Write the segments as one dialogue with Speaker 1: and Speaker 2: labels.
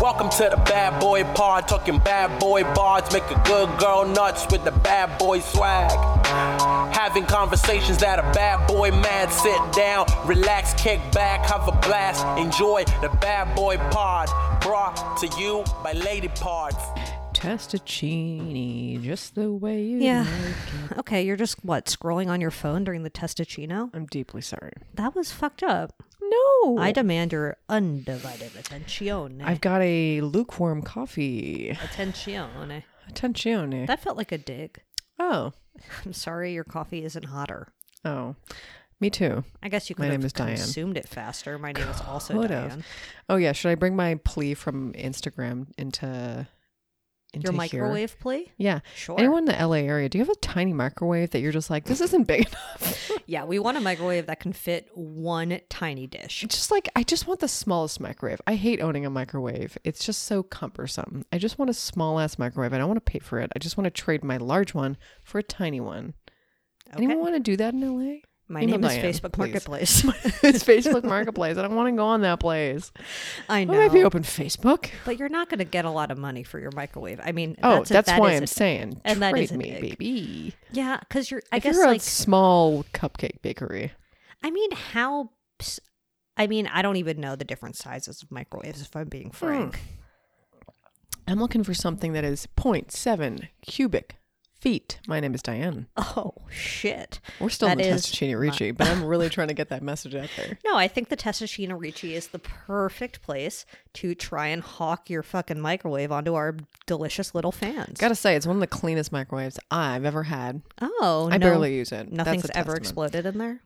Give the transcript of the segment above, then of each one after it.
Speaker 1: Welcome to the bad boy pod, talking bad boy bards, make a good girl nuts with the bad boy swag. Having conversations that a bad boy mad, sit down, relax, kick back, have a blast, enjoy the bad boy pod, brought to you by Lady Parts.
Speaker 2: Testacini, just the way you.
Speaker 3: Yeah.
Speaker 2: like.
Speaker 3: Okay, you're just what scrolling on your phone during the testacino?
Speaker 2: I'm deeply sorry.
Speaker 3: That was fucked up.
Speaker 2: No,
Speaker 3: I demand your undivided attention.
Speaker 2: I've got a lukewarm coffee.
Speaker 3: attention.
Speaker 2: Attenzione.
Speaker 3: That felt like a dig.
Speaker 2: oh,
Speaker 3: I'm sorry, your coffee isn't hotter.
Speaker 2: oh, me too.
Speaker 3: I guess you could
Speaker 2: My name
Speaker 3: have
Speaker 2: is Diane.
Speaker 3: consumed it faster. My name is also
Speaker 2: Would have.
Speaker 3: Diane.
Speaker 2: Oh yeah. Should I bring my plea from Instagram into into
Speaker 3: Your
Speaker 2: here?
Speaker 3: microwave plea?
Speaker 2: Yeah.
Speaker 3: Sure.
Speaker 2: Anyone in the LA area, do you have a tiny microwave that you're just like, this isn't big enough?
Speaker 3: Yeah, we want a microwave that can fit one tiny dish.
Speaker 2: It's just like I just want the smallest microwave. I hate owning a microwave. It's just so cumbersome. I just want a small ass microwave. I don't want to pay for it. I just want to trade my large one for a tiny one. Anyone want to do that in LA?
Speaker 3: My
Speaker 2: Email
Speaker 3: name is
Speaker 2: Diane,
Speaker 3: Facebook
Speaker 2: please.
Speaker 3: Marketplace.
Speaker 2: it's Facebook Marketplace. I don't want to go on that place.
Speaker 3: I
Speaker 2: Well, if you
Speaker 3: know.
Speaker 2: open Facebook.
Speaker 3: But you're not going to get a lot of money for your microwave. I mean,
Speaker 2: Oh,
Speaker 3: that's,
Speaker 2: that's,
Speaker 3: a- that
Speaker 2: why
Speaker 3: is
Speaker 2: I'm
Speaker 3: a-
Speaker 2: saying
Speaker 3: and that
Speaker 2: trade
Speaker 3: is a
Speaker 2: me,
Speaker 3: dig.
Speaker 2: baby.
Speaker 3: Yeah, because you're, I
Speaker 2: if
Speaker 3: guess,
Speaker 2: you're a
Speaker 3: like,
Speaker 2: small cupcake bakery,
Speaker 3: I mean, how. ps- I mean, I don't even know the different sizes of microwaves, if I'm
Speaker 2: Hmm.
Speaker 3: being frank.
Speaker 2: I'm looking for something that is 0.7 cubic feet. My name is Diane.
Speaker 3: Oh, shit.
Speaker 2: We're still
Speaker 3: That
Speaker 2: in the
Speaker 3: is
Speaker 2: Testacini
Speaker 3: my-
Speaker 2: Ricci, but I'm really trying to get that message out there.
Speaker 3: No, I think the Testacino Ricci is the perfect place to try and hawk your fucking microwave onto our delicious little fans.
Speaker 2: Gotta say, it's one of the cleanest microwaves I've ever had.
Speaker 3: oh,
Speaker 2: I
Speaker 3: no,
Speaker 2: barely use it. That's
Speaker 3: Nothing's
Speaker 2: a
Speaker 3: ever
Speaker 2: testament.
Speaker 3: exploded in there.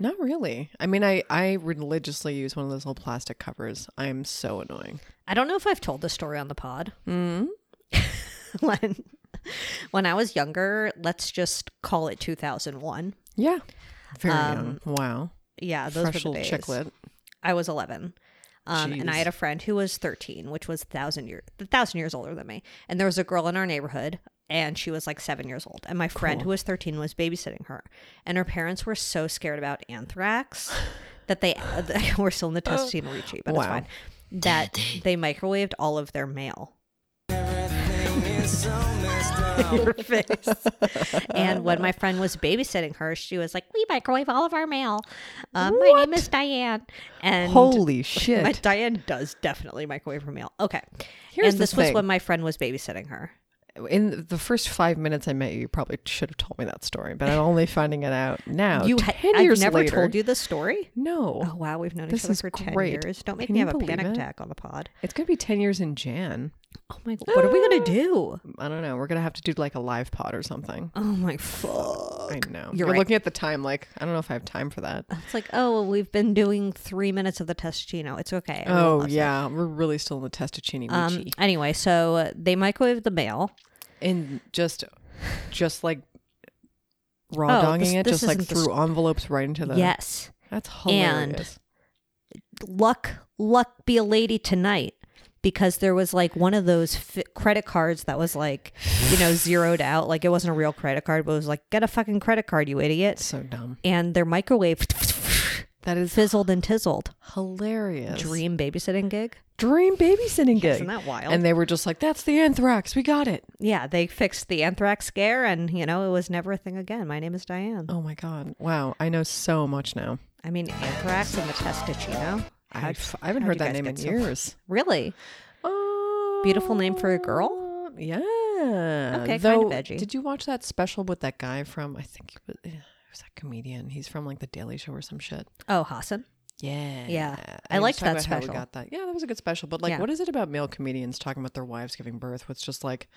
Speaker 2: Not really. I mean, I, I religiously use one of those little plastic covers. I am so annoying.
Speaker 3: I don't know if I've told this story on the pod.
Speaker 2: Hmm?
Speaker 3: when when I was younger, let's just call it 2001.
Speaker 2: Yeah. Very
Speaker 3: Um,
Speaker 2: young. Wow.
Speaker 3: Yeah, those
Speaker 2: Fresh
Speaker 3: were the
Speaker 2: little
Speaker 3: days.
Speaker 2: chiclet.
Speaker 3: I was 11. Um, and I
Speaker 2: Jeez.
Speaker 3: had a friend who was 13, which was thousand year, a thousand years older than me. And there was a girl in our neighborhood, and she was like seven years old. And my friend who was 13 was babysitting her, and her parents were so scared about anthrax that they uh, we're still in the Testino Ricci, but it's
Speaker 2: Oh. Wow.
Speaker 3: fine. That they microwaved all of their mail. Your face. and when my friend was babysitting her, she was like, "We microwave all of our mail." Um, my name is Diane, and
Speaker 2: Holy
Speaker 3: my
Speaker 2: shit.
Speaker 3: Diane does definitely microwave her meal. Okay.
Speaker 2: Here's
Speaker 3: and
Speaker 2: the
Speaker 3: this was
Speaker 2: thing.
Speaker 3: when my friend was babysitting her.
Speaker 2: In the first five minutes I met you, you probably should have told me that story, but I'm only finding it out now.
Speaker 3: you had
Speaker 2: 10
Speaker 3: I've
Speaker 2: Oh, years
Speaker 3: never
Speaker 2: later.
Speaker 3: told you this story.
Speaker 2: No.
Speaker 3: Oh wow, we've known
Speaker 2: This
Speaker 3: each other
Speaker 2: is
Speaker 3: for
Speaker 2: great.
Speaker 3: ten years. Don't make
Speaker 2: Can
Speaker 3: me
Speaker 2: you
Speaker 3: have a
Speaker 2: believe
Speaker 3: panic
Speaker 2: it?
Speaker 3: attack on the pod.
Speaker 2: It's going to be 10 years in Jan.
Speaker 3: Oh my god. What are we gonna do?
Speaker 2: I don't know. We're going to have to do like a live pod or something.
Speaker 3: Oh my fuck.
Speaker 2: I know.
Speaker 3: You're
Speaker 2: You're,
Speaker 3: right.
Speaker 2: looking at the time like, I don't know if I have time for that.
Speaker 3: It's like, oh well, we've been doing three minutes of the testino. It's okay. everyone
Speaker 2: Oh,
Speaker 3: loves it.
Speaker 2: yeah. We're really still in the Testacini
Speaker 3: Um
Speaker 2: Ricci.
Speaker 3: anyway, so uh, they microwaved the mail.
Speaker 2: and just, just like
Speaker 3: Oh,
Speaker 2: raw dogging
Speaker 3: this-
Speaker 2: it,
Speaker 3: this
Speaker 2: just like
Speaker 3: isn't the
Speaker 2: through
Speaker 3: st-
Speaker 2: envelopes right into the.
Speaker 3: yes.
Speaker 2: That's
Speaker 3: And-
Speaker 2: hilarious.
Speaker 3: luck luck be a lady tonight because there was like one of those fi- credit cards that was like you know zeroed out like it wasn't a real credit card but it was like get a fucking credit card you idiot
Speaker 2: so dumb.
Speaker 3: and their microwave
Speaker 2: That is
Speaker 3: fizzled and tizzled
Speaker 2: hilarious.
Speaker 3: dream babysitting gig
Speaker 2: dream babysitting gig.
Speaker 3: isn't that wild
Speaker 2: And they were just like, "That's the anthrax. We got it."
Speaker 3: yeah they fixed the anthrax scare and you know it was never a thing again my name is diane
Speaker 2: Oh my god! Wow, I know so much now.
Speaker 3: i mean anthrax and the testacino
Speaker 2: I f- I haven't heard
Speaker 3: how'd you
Speaker 2: that
Speaker 3: guys
Speaker 2: name in
Speaker 3: get so-
Speaker 2: years.
Speaker 3: really
Speaker 2: Oh,
Speaker 3: Beautiful name for a girl?
Speaker 2: Um, Yeah.
Speaker 3: Okay, kinda
Speaker 2: Though,
Speaker 3: veggie.
Speaker 2: Did you watch that special with that guy from? I think he was, eh, he was that comedian. He's from like The Daily Show or some shit.
Speaker 3: oh hassan
Speaker 2: Yeah.
Speaker 3: I
Speaker 2: And he was
Speaker 3: liked
Speaker 2: talking
Speaker 3: that
Speaker 2: about how we
Speaker 3: special.
Speaker 2: got that. Yeah, that was a good special. But like,
Speaker 3: Yeah.
Speaker 2: what is it about male comedians talking about their wives giving birth? What's just like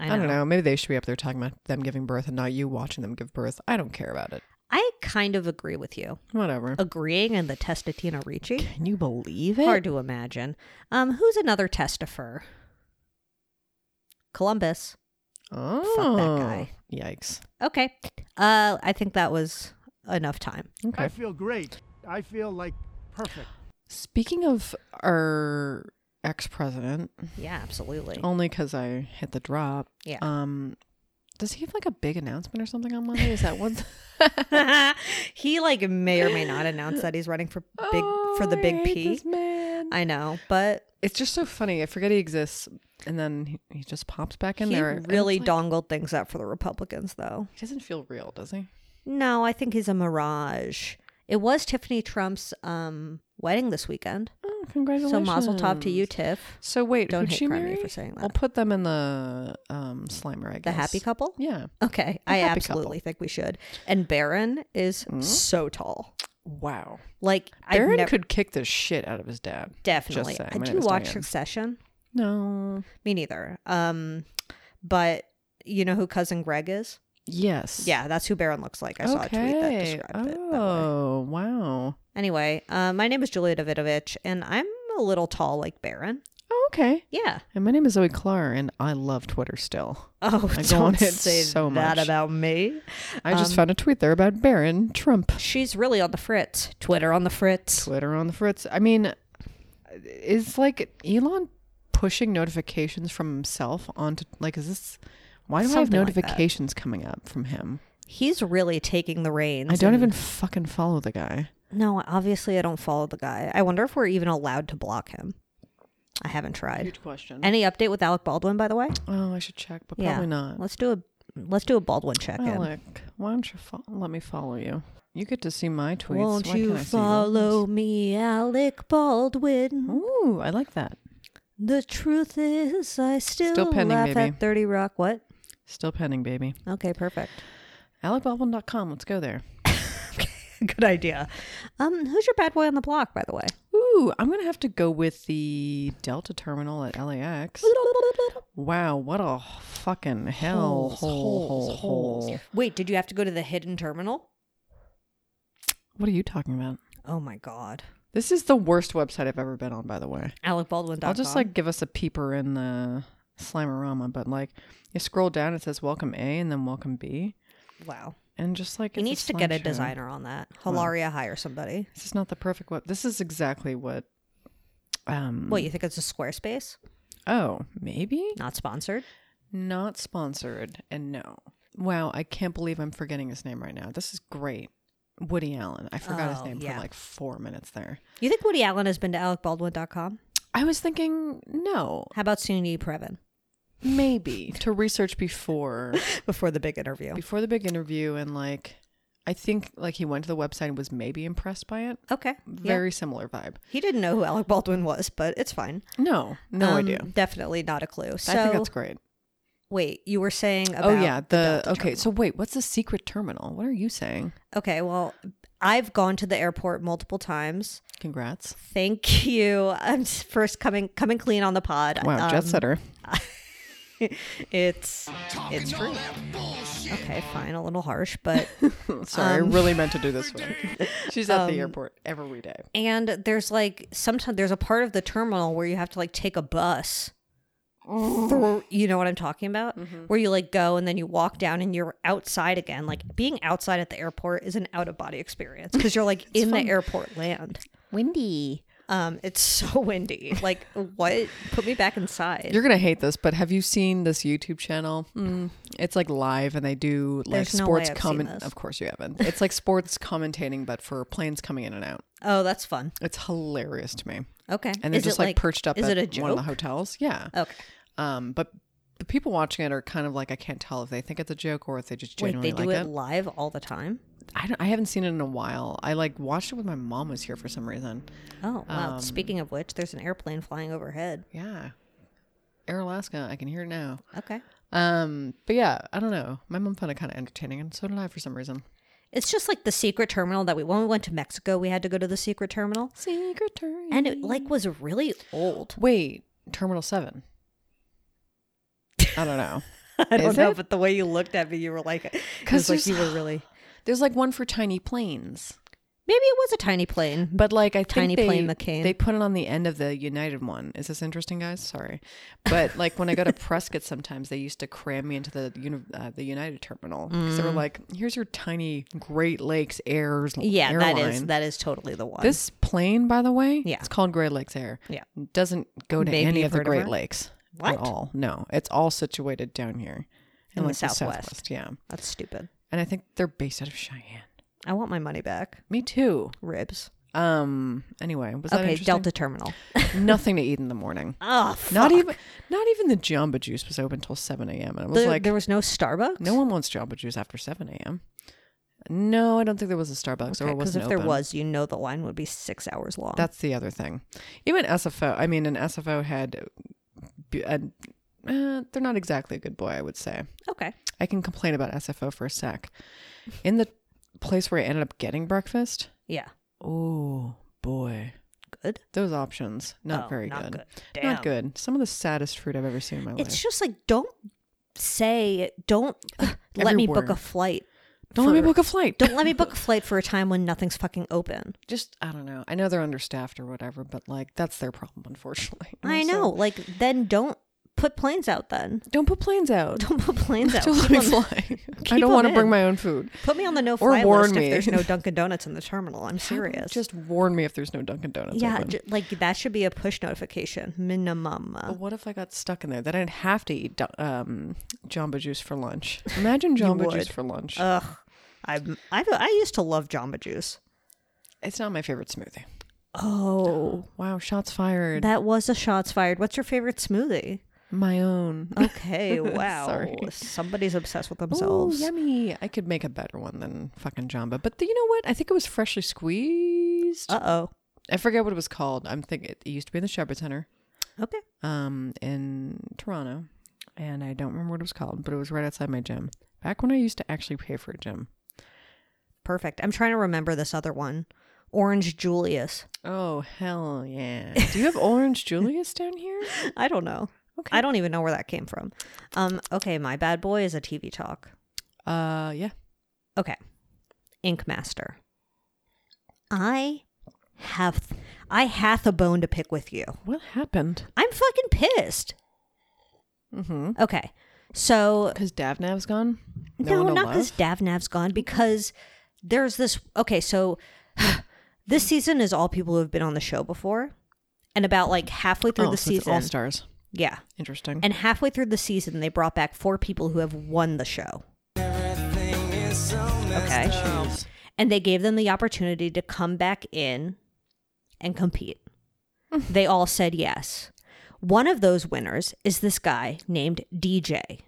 Speaker 3: i
Speaker 2: I,
Speaker 3: know,
Speaker 2: don't know. Maybe they should be up there talking about them giving birth and not you watching them give birth. I don't care about it.
Speaker 3: i kind of agree with you
Speaker 2: Whatever.
Speaker 3: agreeing in the testatina ricci
Speaker 2: Can you believe it?
Speaker 3: Hard to imagine. Um, who's another testifer? Columbus.
Speaker 2: Oh,
Speaker 3: Fuck that guy.
Speaker 2: Yikes.
Speaker 3: Okay. Uh, I think that was enough time.
Speaker 2: Okay.
Speaker 4: I feel great. I feel like perfect.
Speaker 2: Speaking of our ex president,
Speaker 3: Yeah, absolutely.
Speaker 2: only because I hit the drop.
Speaker 3: Yeah.
Speaker 2: Um, does he have like a big announcement or something on Monday? Is that one?
Speaker 3: Oh. he like may or may not announce that he's running for big for the
Speaker 2: Oh, I
Speaker 3: big
Speaker 2: hate
Speaker 3: P.
Speaker 2: This man.
Speaker 3: I know, but
Speaker 2: It's just so funny. I forget he exists, and then he, he just pops back in
Speaker 3: he
Speaker 2: there. and it's
Speaker 3: really
Speaker 2: like-
Speaker 3: dongled things up for the Republicans, though.
Speaker 2: He doesn't feel real, does he?
Speaker 3: No, I think he's a mirage. It was Tiffany Trump's um, wedding this weekend.
Speaker 2: Oh, congratulations!
Speaker 3: So mazel tov to you, Tiff.
Speaker 2: So wait,
Speaker 3: Don't
Speaker 2: who'd
Speaker 3: hate
Speaker 2: she
Speaker 3: crime me
Speaker 2: marry?
Speaker 3: for saying
Speaker 2: I'll
Speaker 3: that.
Speaker 2: put them in the um, Slimer, I
Speaker 3: The
Speaker 2: guess.
Speaker 3: happy couple?
Speaker 2: Yeah.
Speaker 3: Okay.
Speaker 2: The
Speaker 3: I
Speaker 2: happy
Speaker 3: absolutely think we should. And Baron is so tall.
Speaker 2: Wow.
Speaker 3: Like
Speaker 2: Baron
Speaker 3: I never,
Speaker 2: could kick the shit out of his dad.
Speaker 3: definitely.
Speaker 2: saying.
Speaker 3: I
Speaker 2: My name
Speaker 3: didn't
Speaker 2: is
Speaker 3: watch
Speaker 2: Diane.
Speaker 3: Succession.
Speaker 2: No.
Speaker 3: Me neither. Um, but you know who cousin Greg is?
Speaker 2: Yes.
Speaker 3: Yeah, that's who Baron looks like. I saw a tweet that
Speaker 2: Okay.
Speaker 3: described it. That way.
Speaker 2: Oh wow.
Speaker 3: Anyway, uh, my name is Julia Davidovich, and I'm a little tall like Baron.
Speaker 2: Oh, okay.
Speaker 3: Yeah.
Speaker 2: And my name is Zoe Clark, and I love Twitter still.
Speaker 3: Oh,
Speaker 2: I go on
Speaker 3: don't
Speaker 2: it
Speaker 3: say
Speaker 2: so
Speaker 3: that
Speaker 2: much.
Speaker 3: about me.
Speaker 2: I just found a tweet there about Baron Trump.
Speaker 3: She's really on the fritz. Twitter on the fritz.
Speaker 2: Twitter on the fritz. I mean, is like Elon pushing notifications from himself onto like is this? Why do
Speaker 3: Something
Speaker 2: I have
Speaker 3: like that.
Speaker 2: notifications coming up from him?
Speaker 3: He's really taking the reins.
Speaker 2: I don't
Speaker 3: and-
Speaker 2: even fucking follow the guy.
Speaker 3: No, obviously I don't follow the guy. I wonder if we're even allowed to block him. I haven't tried.
Speaker 2: question.
Speaker 3: Any update with Alec Baldwin, by the way?
Speaker 2: Oh, I should check, but probably not.
Speaker 3: Let's do a let's do a Baldwin check in.
Speaker 2: Alec, why don't you fo- let me follow you? You get to see my tweets.
Speaker 3: Won't
Speaker 2: Why
Speaker 3: you
Speaker 2: can't I see yours?
Speaker 3: follow me, Alec Baldwin?
Speaker 2: Ooh, I like that.
Speaker 3: The truth is, I still,
Speaker 2: pending,
Speaker 3: laugh
Speaker 2: baby.
Speaker 3: at Thirty Rock. What?
Speaker 2: Still pending, baby.
Speaker 3: Okay, perfect.
Speaker 2: AlecBaldwin.com. Let's go there.
Speaker 3: Good idea. Um, who's your bad boy on the block, by the way?
Speaker 2: Ooh, I'm gonna have to go with the Delta terminal at LAX. Wow, what a fucking hell hole, hole, hole.
Speaker 3: Wait, did you have to go to the hidden terminal?
Speaker 2: What are you talking about?
Speaker 3: Oh my god,
Speaker 2: This is the worst website I've ever been on, by the way.
Speaker 3: Alec Baldwin.
Speaker 2: I'll just like give us a peeper in the Slimerama, but like you scroll down, it says welcome A and then welcome B,
Speaker 3: wow.
Speaker 2: and just like
Speaker 3: He
Speaker 2: it's
Speaker 3: needs to get a
Speaker 2: slideshow.
Speaker 3: designer on that. Hilaria, hire somebody.
Speaker 2: This is not the perfect web. This is exactly what. Um.
Speaker 3: What you think it's a Squarespace?
Speaker 2: Oh, maybe
Speaker 3: Not sponsored.
Speaker 2: not sponsored, and no. Wow, I can't believe I'm forgetting his name right now. This is great. Woody Allen. I forgot his
Speaker 3: Oh,
Speaker 2: name
Speaker 3: yeah.
Speaker 2: for like four minutes there.
Speaker 3: You think Woody Allen has been to AlecBaldwin.com?
Speaker 2: I was thinking, no,
Speaker 3: How about Suni Previn
Speaker 2: maybe to research before
Speaker 3: before the big interview?
Speaker 2: before the big interview and like I think like he went to the website and was maybe impressed by it.
Speaker 3: Okay.
Speaker 2: Very
Speaker 3: yeah.
Speaker 2: similar vibe.
Speaker 3: He didn't know who Alec Baldwin was, but it's fine.
Speaker 2: No, no
Speaker 3: Um,
Speaker 2: idea.
Speaker 3: Definitely not a clue. So
Speaker 2: I think that's great.
Speaker 3: wait, you were saying about
Speaker 2: Oh yeah, the,
Speaker 3: Delta
Speaker 2: okay.
Speaker 3: terminal.
Speaker 2: So wait, what's the secret terminal? What are you saying?
Speaker 3: Okay, well, I've gone to the airport multiple times.
Speaker 2: Congrats.
Speaker 3: Thank you. I'm s- first coming coming clean on the pod.
Speaker 2: Wow,
Speaker 3: Um,
Speaker 2: jet setter.
Speaker 3: It's it's free. Okay, fine, a little harsh, but
Speaker 2: Sorry,
Speaker 3: Um,
Speaker 2: I really meant to do this one. She's at the airport every day.
Speaker 3: and there's like sometimes there's a part of the terminal where you have to like take a bus.
Speaker 2: Oh.
Speaker 3: through- you know what I'm talking about?
Speaker 2: Mm-hmm.
Speaker 3: Where you like go and then you walk down and you're outside again. Like being outside at the airport is an out of body experience because you're like in the airport land.
Speaker 2: Windy.
Speaker 3: Um, it's so windy. Like what? Put me back inside.
Speaker 2: You're gonna hate this, but have you seen this YouTube channel? Mm, it's like live, and they do like
Speaker 3: There's no way
Speaker 2: sports
Speaker 3: I've seen
Speaker 2: comment.
Speaker 3: this.
Speaker 2: Of course, you haven't. It's like sports commentating, but for planes coming in and out.
Speaker 3: oh, that's fun.
Speaker 2: It's hilarious to me.
Speaker 3: Okay.
Speaker 2: And they're
Speaker 3: Is it,
Speaker 2: just like, perched up
Speaker 3: Is
Speaker 2: at
Speaker 3: it a joke?
Speaker 2: one of the hotels. Yeah.
Speaker 3: Okay.
Speaker 2: Um, but the people watching it are kind of like I can't tell if they think it's a joke or if they just
Speaker 3: Wait,
Speaker 2: genuinely
Speaker 3: they do
Speaker 2: like
Speaker 3: it live all the time.
Speaker 2: I, don't, I haven't seen it in a while. I like watched it when my mom was here for some reason.
Speaker 3: Oh wow!
Speaker 2: Um,
Speaker 3: Speaking of which, there's an airplane flying overhead.
Speaker 2: Yeah. Air Alaska, I can hear it now.
Speaker 3: Okay.
Speaker 2: Um, but yeah, I don't know. My mom found it kind of entertaining, and so did I for some reason.
Speaker 3: It's just like the secret terminal that we when we went to Mexico, we had to go to the secret terminal,
Speaker 2: Secret terminal.
Speaker 3: and it like was really old.
Speaker 2: wait, Terminal Seven. I don't know.
Speaker 3: I
Speaker 2: Is it?
Speaker 3: but the way you looked at me, you were like, it
Speaker 2: 'Cause
Speaker 3: was like
Speaker 2: there's-
Speaker 3: you were really.
Speaker 2: There's like one for tiny planes,
Speaker 3: Maybe it was a tiny plane,
Speaker 2: but like I think
Speaker 3: Tiny
Speaker 2: they,
Speaker 3: plane McCain.
Speaker 2: They put it on the end of the United one. Is this interesting, guys? Sorry, but like when I go to Prescott, sometimes they used to cram me into the uni- uh, the United terminal because
Speaker 3: Mm.
Speaker 2: they were like, "Here's your tiny Great Lakes Airs."
Speaker 3: yeah,
Speaker 2: airline.
Speaker 3: that is that is totally the one.
Speaker 2: This plane, by the way,
Speaker 3: Yeah.
Speaker 2: it's called Great Lakes Air.
Speaker 3: Yeah.
Speaker 2: doesn't go to
Speaker 3: Maybe
Speaker 2: any
Speaker 3: you've
Speaker 2: of the
Speaker 3: heard of
Speaker 2: Great
Speaker 3: her.
Speaker 2: Lakes
Speaker 3: What?
Speaker 2: at all. No, it's all situated down here
Speaker 3: In the
Speaker 2: like,
Speaker 3: Southwest.
Speaker 2: Yeah,
Speaker 3: that's stupid.
Speaker 2: and I think they're based out of Cheyenne.
Speaker 3: I want my money back.
Speaker 2: Me too.
Speaker 3: Ribs.
Speaker 2: Um. Anyway, was that
Speaker 3: Okay,
Speaker 2: interesting?
Speaker 3: Delta Terminal.
Speaker 2: Nothing to eat in the morning.
Speaker 3: Oh, fuck.
Speaker 2: Not even. Not even the Jamba Juice was open till seven a.m. And I was
Speaker 3: There-
Speaker 2: like,
Speaker 3: there was no Starbucks.
Speaker 2: no one wants Jamba Juice after seven a.m. No, I don't think there was a Starbucks or it
Speaker 3: because
Speaker 2: wasn't
Speaker 3: if there
Speaker 2: open.
Speaker 3: was, you know the line would be six hours long.
Speaker 2: That's the other thing. Even SFO, I mean, an SFO had, bu- uh, uh, they're not exactly a good boy, I would say.
Speaker 3: okay.
Speaker 2: I can complain about SFO for a sec. In the place where I ended up getting breakfast,
Speaker 3: Yeah.
Speaker 2: oh boy,
Speaker 3: Good.
Speaker 2: those options, not
Speaker 3: Oh,
Speaker 2: very
Speaker 3: not good. Damn.
Speaker 2: Not good. Some of the saddest fruit I've ever seen in my
Speaker 3: It's
Speaker 2: life.
Speaker 3: just like don't say don't let
Speaker 2: every
Speaker 3: me book
Speaker 2: word.
Speaker 3: a flight.
Speaker 2: Don't let me
Speaker 3: for-
Speaker 2: book a flight.
Speaker 3: Don't let me book a flight for a time when nothing's fucking open.
Speaker 2: Just, I don't know. I know they're understaffed or whatever, but like, that's their problem, unfortunately. And
Speaker 3: I
Speaker 2: also,
Speaker 3: know. Like then don't put planes out then.
Speaker 2: Don't put planes out.
Speaker 3: Don't put planes out.
Speaker 2: Don't let
Speaker 3: Keep
Speaker 2: me
Speaker 3: them-
Speaker 2: fly. I
Speaker 3: keep
Speaker 2: don't want to
Speaker 3: them
Speaker 2: bring
Speaker 3: in.
Speaker 2: my own food.
Speaker 3: Put me on the no fly
Speaker 2: warn
Speaker 3: list
Speaker 2: me.
Speaker 3: if there's no Dunkin' Donuts in the terminal. I'm serious.
Speaker 2: Just warn me if there's no Dunkin' Donuts.
Speaker 3: yeah,
Speaker 2: open.
Speaker 3: ju- uh. like that should be a push notification minimum.
Speaker 2: but what if I got stuck in there? Then I'd have to eat du- um, Jamba Juice for lunch. Imagine Jamba Juice
Speaker 3: would. Uh,
Speaker 2: for lunch.
Speaker 3: Ugh. I've, I've I used to love Jamba Juice.
Speaker 2: it's not my favorite smoothie.
Speaker 3: Oh,
Speaker 2: Wow, shots fired.
Speaker 3: that was a shots fired. What's your favorite smoothie?
Speaker 2: my own.
Speaker 3: Okay, wow.
Speaker 2: Sorry.
Speaker 3: Somebody's obsessed with
Speaker 2: Oh,
Speaker 3: themselves.
Speaker 2: yummy. I could make a better one than fucking Jamba. But the, you know what? I think it was freshly squeezed.
Speaker 3: Uh oh.
Speaker 2: I forget what it was called. I'm thinking it used to be in the Shepherd Center
Speaker 3: Okay.
Speaker 2: um, in Toronto. And I don't remember what it was called, but it was right outside my gym. Back when I used to actually pay for a gym.
Speaker 3: Perfect. I'm trying to remember this other one. Orange Julius.
Speaker 2: Oh hell yeah! Do you have Orange Julius down here?
Speaker 3: I don't know.
Speaker 2: Okay.
Speaker 3: I don't even know where that came from. Um, okay, my bad boy is a TV talk.
Speaker 2: Uh, yeah.
Speaker 3: Okay. Ink Master. I have I hath a bone to pick with you.
Speaker 2: What happened?
Speaker 3: I'm fucking pissed.
Speaker 2: Mm-hmm.
Speaker 3: Okay. So
Speaker 2: Because Davnav's gone.
Speaker 3: No,
Speaker 2: one to
Speaker 3: not because
Speaker 2: love?
Speaker 3: Davnav's gone. Because there's this. Okay, so this season is all people who have been on the show before, and about like halfway through
Speaker 2: oh,
Speaker 3: the
Speaker 2: so it's
Speaker 3: season,
Speaker 2: all stars.
Speaker 3: yeah,
Speaker 2: Interesting.
Speaker 3: and halfway through the season, they brought back four people who have won the show. Okay,
Speaker 2: Jeez.
Speaker 3: and they gave them the opportunity to come back in and compete. they all said yes. One of those winners is this guy named DJ.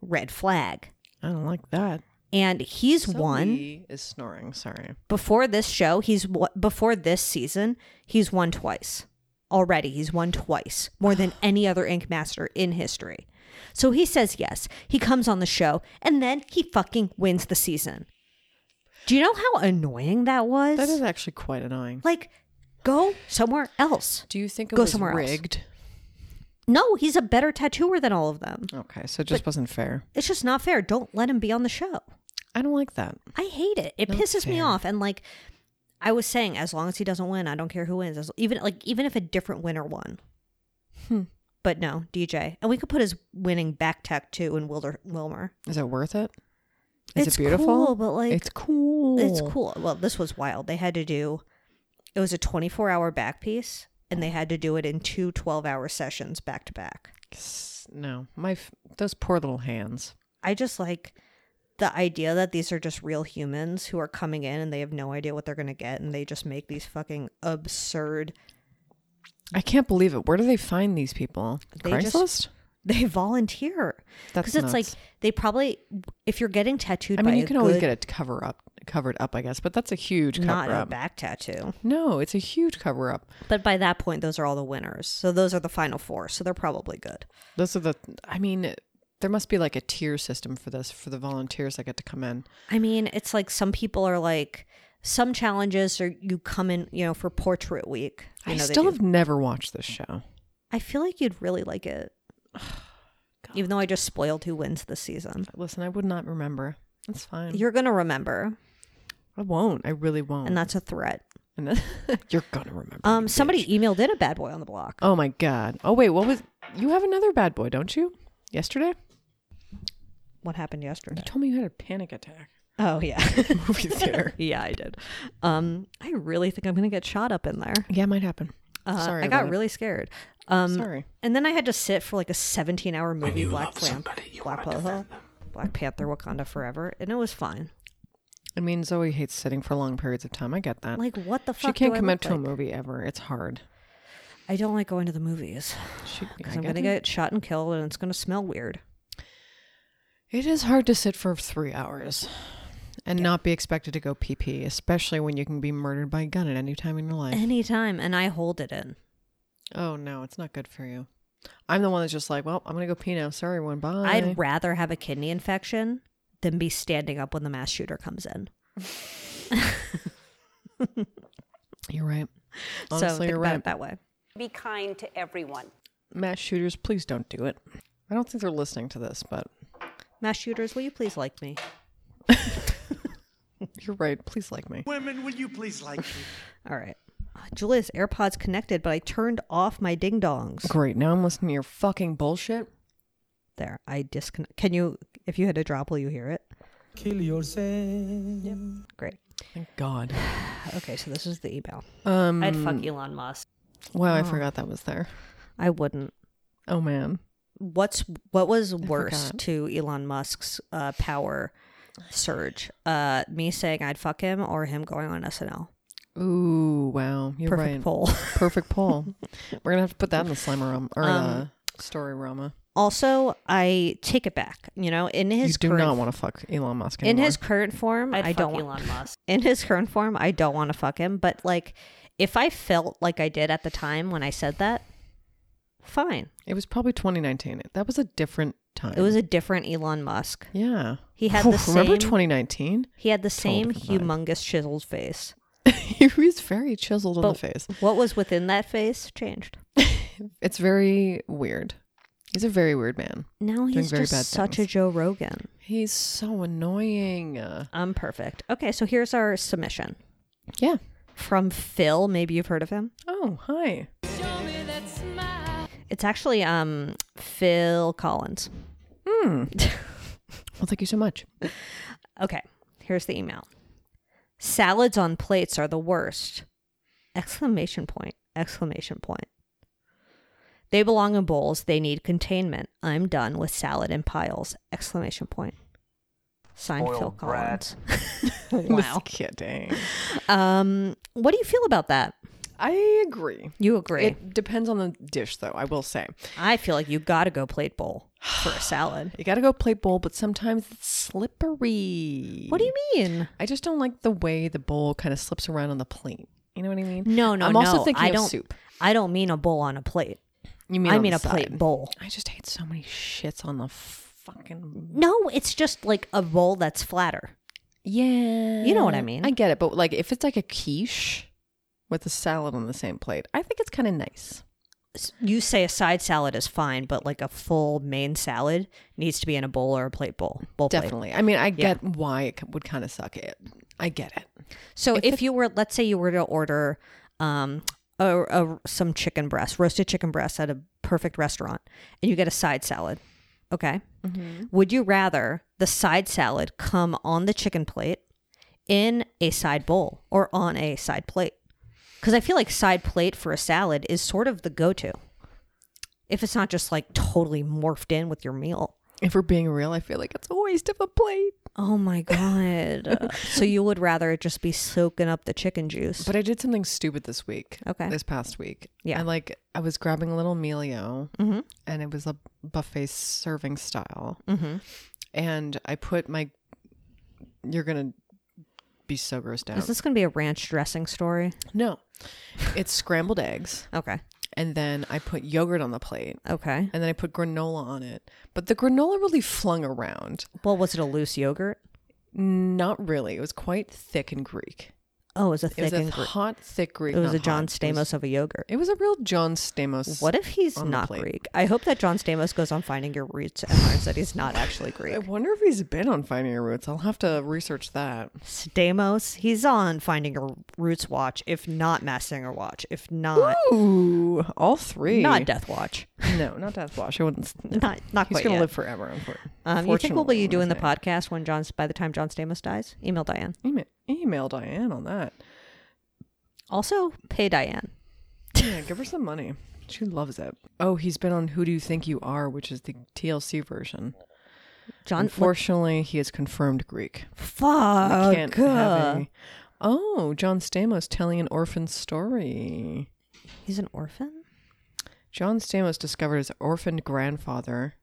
Speaker 3: Red flag.
Speaker 2: I don't like that.
Speaker 3: And he's won.
Speaker 2: Somebody is snoring. Sorry.
Speaker 3: before this show, he's wo- before this season, he's won twice already. He's won twice more than any other Ink Master in history. So he says yes. He comes on the show and then he fucking wins the season. Do you know how annoying that was?
Speaker 2: That is actually quite annoying.
Speaker 3: like, go somewhere else.
Speaker 2: Do you think it
Speaker 3: Go
Speaker 2: was
Speaker 3: somewhere else.
Speaker 2: rigged?
Speaker 3: No, he's a better tattooer than all of them.
Speaker 2: Okay, so it just wasn't fair.
Speaker 3: It's just not fair. Don't let him be on the show.
Speaker 2: I don't like that.
Speaker 3: I hate it. It
Speaker 2: Not
Speaker 3: pisses me
Speaker 2: fair.
Speaker 3: off. And like I was saying, as long as he doesn't win, I don't care who wins. As, even like even if a different winner won. But no, DJ, and we could put his winning back tech too in Wilder Wilmer.
Speaker 2: Is it worth it? Is
Speaker 3: It's
Speaker 2: it beautiful?
Speaker 3: cool, but, like,
Speaker 2: it's cool.
Speaker 3: It's cool. Well, this was wild. They had to do it was a 24 hour back piece, and they had to do it in two 12 hour sessions back to back.
Speaker 2: S- No, my f- those poor little hands.
Speaker 3: I just like the idea that these are just real humans who are coming in and they have no idea what they're going to get and they just make these fucking absurd
Speaker 2: I can't believe it. Where do they find these people?
Speaker 3: They
Speaker 2: Craigslist?
Speaker 3: just- they volunteer
Speaker 2: That's
Speaker 3: because it's like
Speaker 2: nuts.
Speaker 3: they probably if you're getting tattooed
Speaker 2: I mean,
Speaker 3: by
Speaker 2: you
Speaker 3: a
Speaker 2: can always
Speaker 3: good-
Speaker 2: get it cover up, covered up, I guess, but that's a huge cover
Speaker 3: not a
Speaker 2: up.
Speaker 3: back tattoo
Speaker 2: no, it's a huge cover up.
Speaker 3: but by that point those are all the winners so those are the final four so they're probably good
Speaker 2: Those are the. I mean, there must be like a tier system for this for the volunteers that get to come in.
Speaker 3: i mean it's like some people are like some challenges are you come in you know for portrait week you
Speaker 2: I
Speaker 3: know, they
Speaker 2: still
Speaker 3: do-
Speaker 2: have never watched this show.
Speaker 3: i feel like you'd really like it even though i just spoiled who wins this season
Speaker 2: Listen, I would not remember. That's fine.
Speaker 3: you're gonna remember
Speaker 2: I won't. I really won't.
Speaker 3: and that's a threat
Speaker 2: And then- you're gonna remember.
Speaker 3: um
Speaker 2: you
Speaker 3: somebody
Speaker 2: bitch.
Speaker 3: emailed in a bad boy on the block
Speaker 2: Oh my god. Oh wait, what was? You have another bad boy, don't you? Yesterday,
Speaker 3: what happened yesterday
Speaker 2: you told me you had a panic attack.
Speaker 3: oh yeah
Speaker 2: Movie theater.
Speaker 3: Yeah, I did. Um, I really think I'm gonna get shot up in there.
Speaker 2: Yeah, it might happen.
Speaker 3: Uh,
Speaker 2: Sorry,
Speaker 3: I got
Speaker 2: about it.
Speaker 3: really scared. Um,
Speaker 2: Sorry. Oh,
Speaker 3: And then I had to sit for like a 17 hour movie, Black Panther, Black Panther, Wakanda Forever, and it was fine.
Speaker 2: I mean, Zoe hates sitting for long periods of time. I get that.
Speaker 3: Like, what the fuck?
Speaker 2: she can't
Speaker 3: do I
Speaker 2: commit
Speaker 3: look
Speaker 2: to a
Speaker 3: like?
Speaker 2: movie ever. It's hard.
Speaker 3: I don't like going to the movies
Speaker 2: She, I
Speaker 3: because I'm
Speaker 2: get
Speaker 3: gonna
Speaker 2: it.
Speaker 3: get shot and killed, and it's gonna smell weird.
Speaker 2: It is hard to sit for three hours and not be expected to go pee pee, especially when you can be murdered by a gun at any time in your life.
Speaker 3: Anytime, and I hold it in.
Speaker 2: oh no, it's not good for you. I'm the one that's just like, well, I'm gonna go pee now. Sorry, everyone. Bye.
Speaker 3: I'd rather have a kidney infection than be standing up when the mass shooter comes in.
Speaker 2: you're right. Honestly,
Speaker 3: so think
Speaker 2: you're
Speaker 3: about
Speaker 2: right.
Speaker 3: it that way.
Speaker 5: Be kind to everyone.
Speaker 2: Mass shooters, please don't do it. I don't think they're listening to this, but
Speaker 3: Mass shooters, will you please like me?
Speaker 2: you're right. Please like me.
Speaker 4: Women, will you please like me?
Speaker 3: All right. Ah, Julia's AirPods connected, but I turned off my ding dongs.
Speaker 2: Great. Now I'm listening to your fucking bullshit.
Speaker 3: There, I disconnect. Can you, if you hit a drop, will you hear it?
Speaker 6: Kill yourself.
Speaker 3: Great.
Speaker 2: Thank God.
Speaker 3: Okay, so this is the email. Hmm.
Speaker 2: Um,
Speaker 5: I'd fuck Elon Musk.
Speaker 2: Wow, I forgot that was there.
Speaker 3: I wouldn't.
Speaker 2: Oh man.
Speaker 3: What's what was worse
Speaker 2: forgot.
Speaker 3: to Elon Musk's uh, power surge? Uh, me saying I'd fuck him, or him going on SNL?
Speaker 2: Ooh, wow. You're
Speaker 3: Perfect
Speaker 2: right.
Speaker 3: poll.
Speaker 2: Perfect poll. We're gonna have to put that in the slammer room or uh,
Speaker 3: Um,
Speaker 2: the story rama.
Speaker 3: Also, I take it back. You know, in his
Speaker 2: You do
Speaker 3: current,
Speaker 2: not want to fuck Elon Musk
Speaker 3: in
Speaker 2: anymore.
Speaker 3: his current form,
Speaker 5: I'd
Speaker 3: I
Speaker 5: fuck
Speaker 3: don't want-
Speaker 5: Elon Musk.
Speaker 3: in his current form, I don't want to fuck him. But like, if I felt like I did at the time when I said that, fine.
Speaker 2: it was probably 2019. That was a different time.
Speaker 3: It was a different Elon Musk.
Speaker 2: yeah.
Speaker 3: He had the
Speaker 2: Remember
Speaker 3: same-
Speaker 2: 2019?
Speaker 3: He had the
Speaker 2: Totally
Speaker 3: same
Speaker 2: different vibe.
Speaker 3: humongous chiseled face.
Speaker 2: he was very chiseled on the face.
Speaker 3: What was within that face changed.
Speaker 2: It's very weird. He's a very weird man.
Speaker 3: Now
Speaker 2: Doing
Speaker 3: he's
Speaker 2: very bad
Speaker 3: just such a
Speaker 2: things.
Speaker 3: Joe Rogan.
Speaker 2: He's so annoying. Uh,
Speaker 3: I'm perfect. Okay, so here's our submission
Speaker 2: yeah.
Speaker 3: from Phil. Maybe you've heard of him.
Speaker 2: Oh, hi.
Speaker 3: It's actually um Phil Collins.
Speaker 2: Hmm. Well, thank you so much.
Speaker 3: Okay, here's the email. Salads on plates are the worst. Exclamation point. Exclamation point. They belong in bowls. They need containment. I'm done with salad in piles. Exclamation point. Signed Phil
Speaker 1: Spoiled brat.
Speaker 3: Collins. wow.
Speaker 2: Just kidding.
Speaker 3: Um, what do you feel about that?
Speaker 2: I agree.
Speaker 3: You agree.
Speaker 2: It depends on the dish, though, I will say.
Speaker 3: I feel like you gotta go plate bowl for a salad.
Speaker 2: You gotta go plate bowl, but sometimes it's slippery.
Speaker 3: What do you mean?
Speaker 2: I just don't like the way the bowl kind of slips around on the plate. You know what I mean?
Speaker 3: No, no,
Speaker 2: I'm
Speaker 3: no.
Speaker 2: also thinking
Speaker 3: I
Speaker 2: of
Speaker 3: don't,
Speaker 2: soup.
Speaker 3: I don't mean a bowl on a plate.
Speaker 2: You mean
Speaker 3: I
Speaker 2: on
Speaker 3: mean
Speaker 2: the
Speaker 3: a plate
Speaker 2: side.
Speaker 3: bowl.
Speaker 2: I just hate so many shits on the fucking.
Speaker 3: No, it's just like a bowl that's flatter.
Speaker 2: Yeah,
Speaker 3: know what I mean.
Speaker 2: I get it, but like if it's like a quiche with a salad on the same plate, I think it's kind of nice.
Speaker 3: you say a side salad is fine, but like a full main salad needs to be in a bowl or a plate bowl. bowl plate.
Speaker 2: Definitely. I mean, I get why it c- would kind of suck. It. I get it.
Speaker 3: So if, you were, let's say you were to order um, a, a, some chicken breast, roasted chicken breast at a perfect restaurant, and you get a side salad, okay? Would you rather the side salad come on the chicken plate in a side bowl or on a side plate? Because I feel like side plate for a salad is sort of the go to. If it's not just like totally morphed in with your meal.
Speaker 2: If we're being real, I feel like it's a waste of a plate.
Speaker 3: Oh my god! so you would rather it just be soaking up the chicken juice?
Speaker 2: But I did something stupid this week.
Speaker 3: Okay.
Speaker 2: This past week.
Speaker 3: Yeah.
Speaker 2: I like I was grabbing a little Melio and it was a buffet serving style. Mm-hmm. And I put my you're gonna be so grossed out.
Speaker 3: Is this going to be a ranch dressing story?
Speaker 2: no. It's scrambled eggs
Speaker 3: Okay.
Speaker 2: and then I put yogurt on the plate.
Speaker 3: Okay.
Speaker 2: And then I put granola on it. But the granola really flung around.
Speaker 3: Well, was it a loose yogurt?
Speaker 2: Not really. It was quite thick and Greek.
Speaker 3: Oh, it was a
Speaker 2: It was
Speaker 3: thick
Speaker 2: a
Speaker 3: and gr-
Speaker 2: hot, thick Greek.
Speaker 3: It was
Speaker 2: not
Speaker 3: a John
Speaker 2: hot. It was-
Speaker 3: Stamos of a yogurt.
Speaker 2: It was a real John Stamos.
Speaker 3: What if he's
Speaker 2: on the
Speaker 3: not
Speaker 2: plate.
Speaker 3: Greek? I hope that John Stamos goes on Finding Your Roots and learns that he's not actually
Speaker 2: I
Speaker 3: Greek.
Speaker 2: wonder if he's been on Finding Your Roots. I'll have to research that.
Speaker 3: Stamos, he's on Finding Your Roots watch, if not Massinger watch, if not
Speaker 2: Ooh, all three.
Speaker 3: not Death watch,
Speaker 2: No, not Death Watch. I wouldn't. no.
Speaker 3: not not
Speaker 2: He's
Speaker 3: quite
Speaker 2: gonna
Speaker 3: yet.
Speaker 2: live forever. unfor-
Speaker 3: um, you think we'll
Speaker 2: fortunately,
Speaker 3: be
Speaker 2: I'm
Speaker 3: doing the
Speaker 2: gonna
Speaker 3: podcast when John's by the time John Stamos dies? Email Diane.
Speaker 2: say. Email, email Diane on that.
Speaker 3: Also, pay Diane.
Speaker 2: Yeah, give her some money. She loves it. Oh, he's been on Who Do You Think You Are, which is the TLC version.
Speaker 3: John. Look,
Speaker 2: Unfortunately, he is confirmed Greek. I
Speaker 3: fuck.
Speaker 2: can't have a- Oh, John Stamos telling an orphan story.
Speaker 3: He's an orphan.
Speaker 2: John Stamos discovered his orphaned grandfather,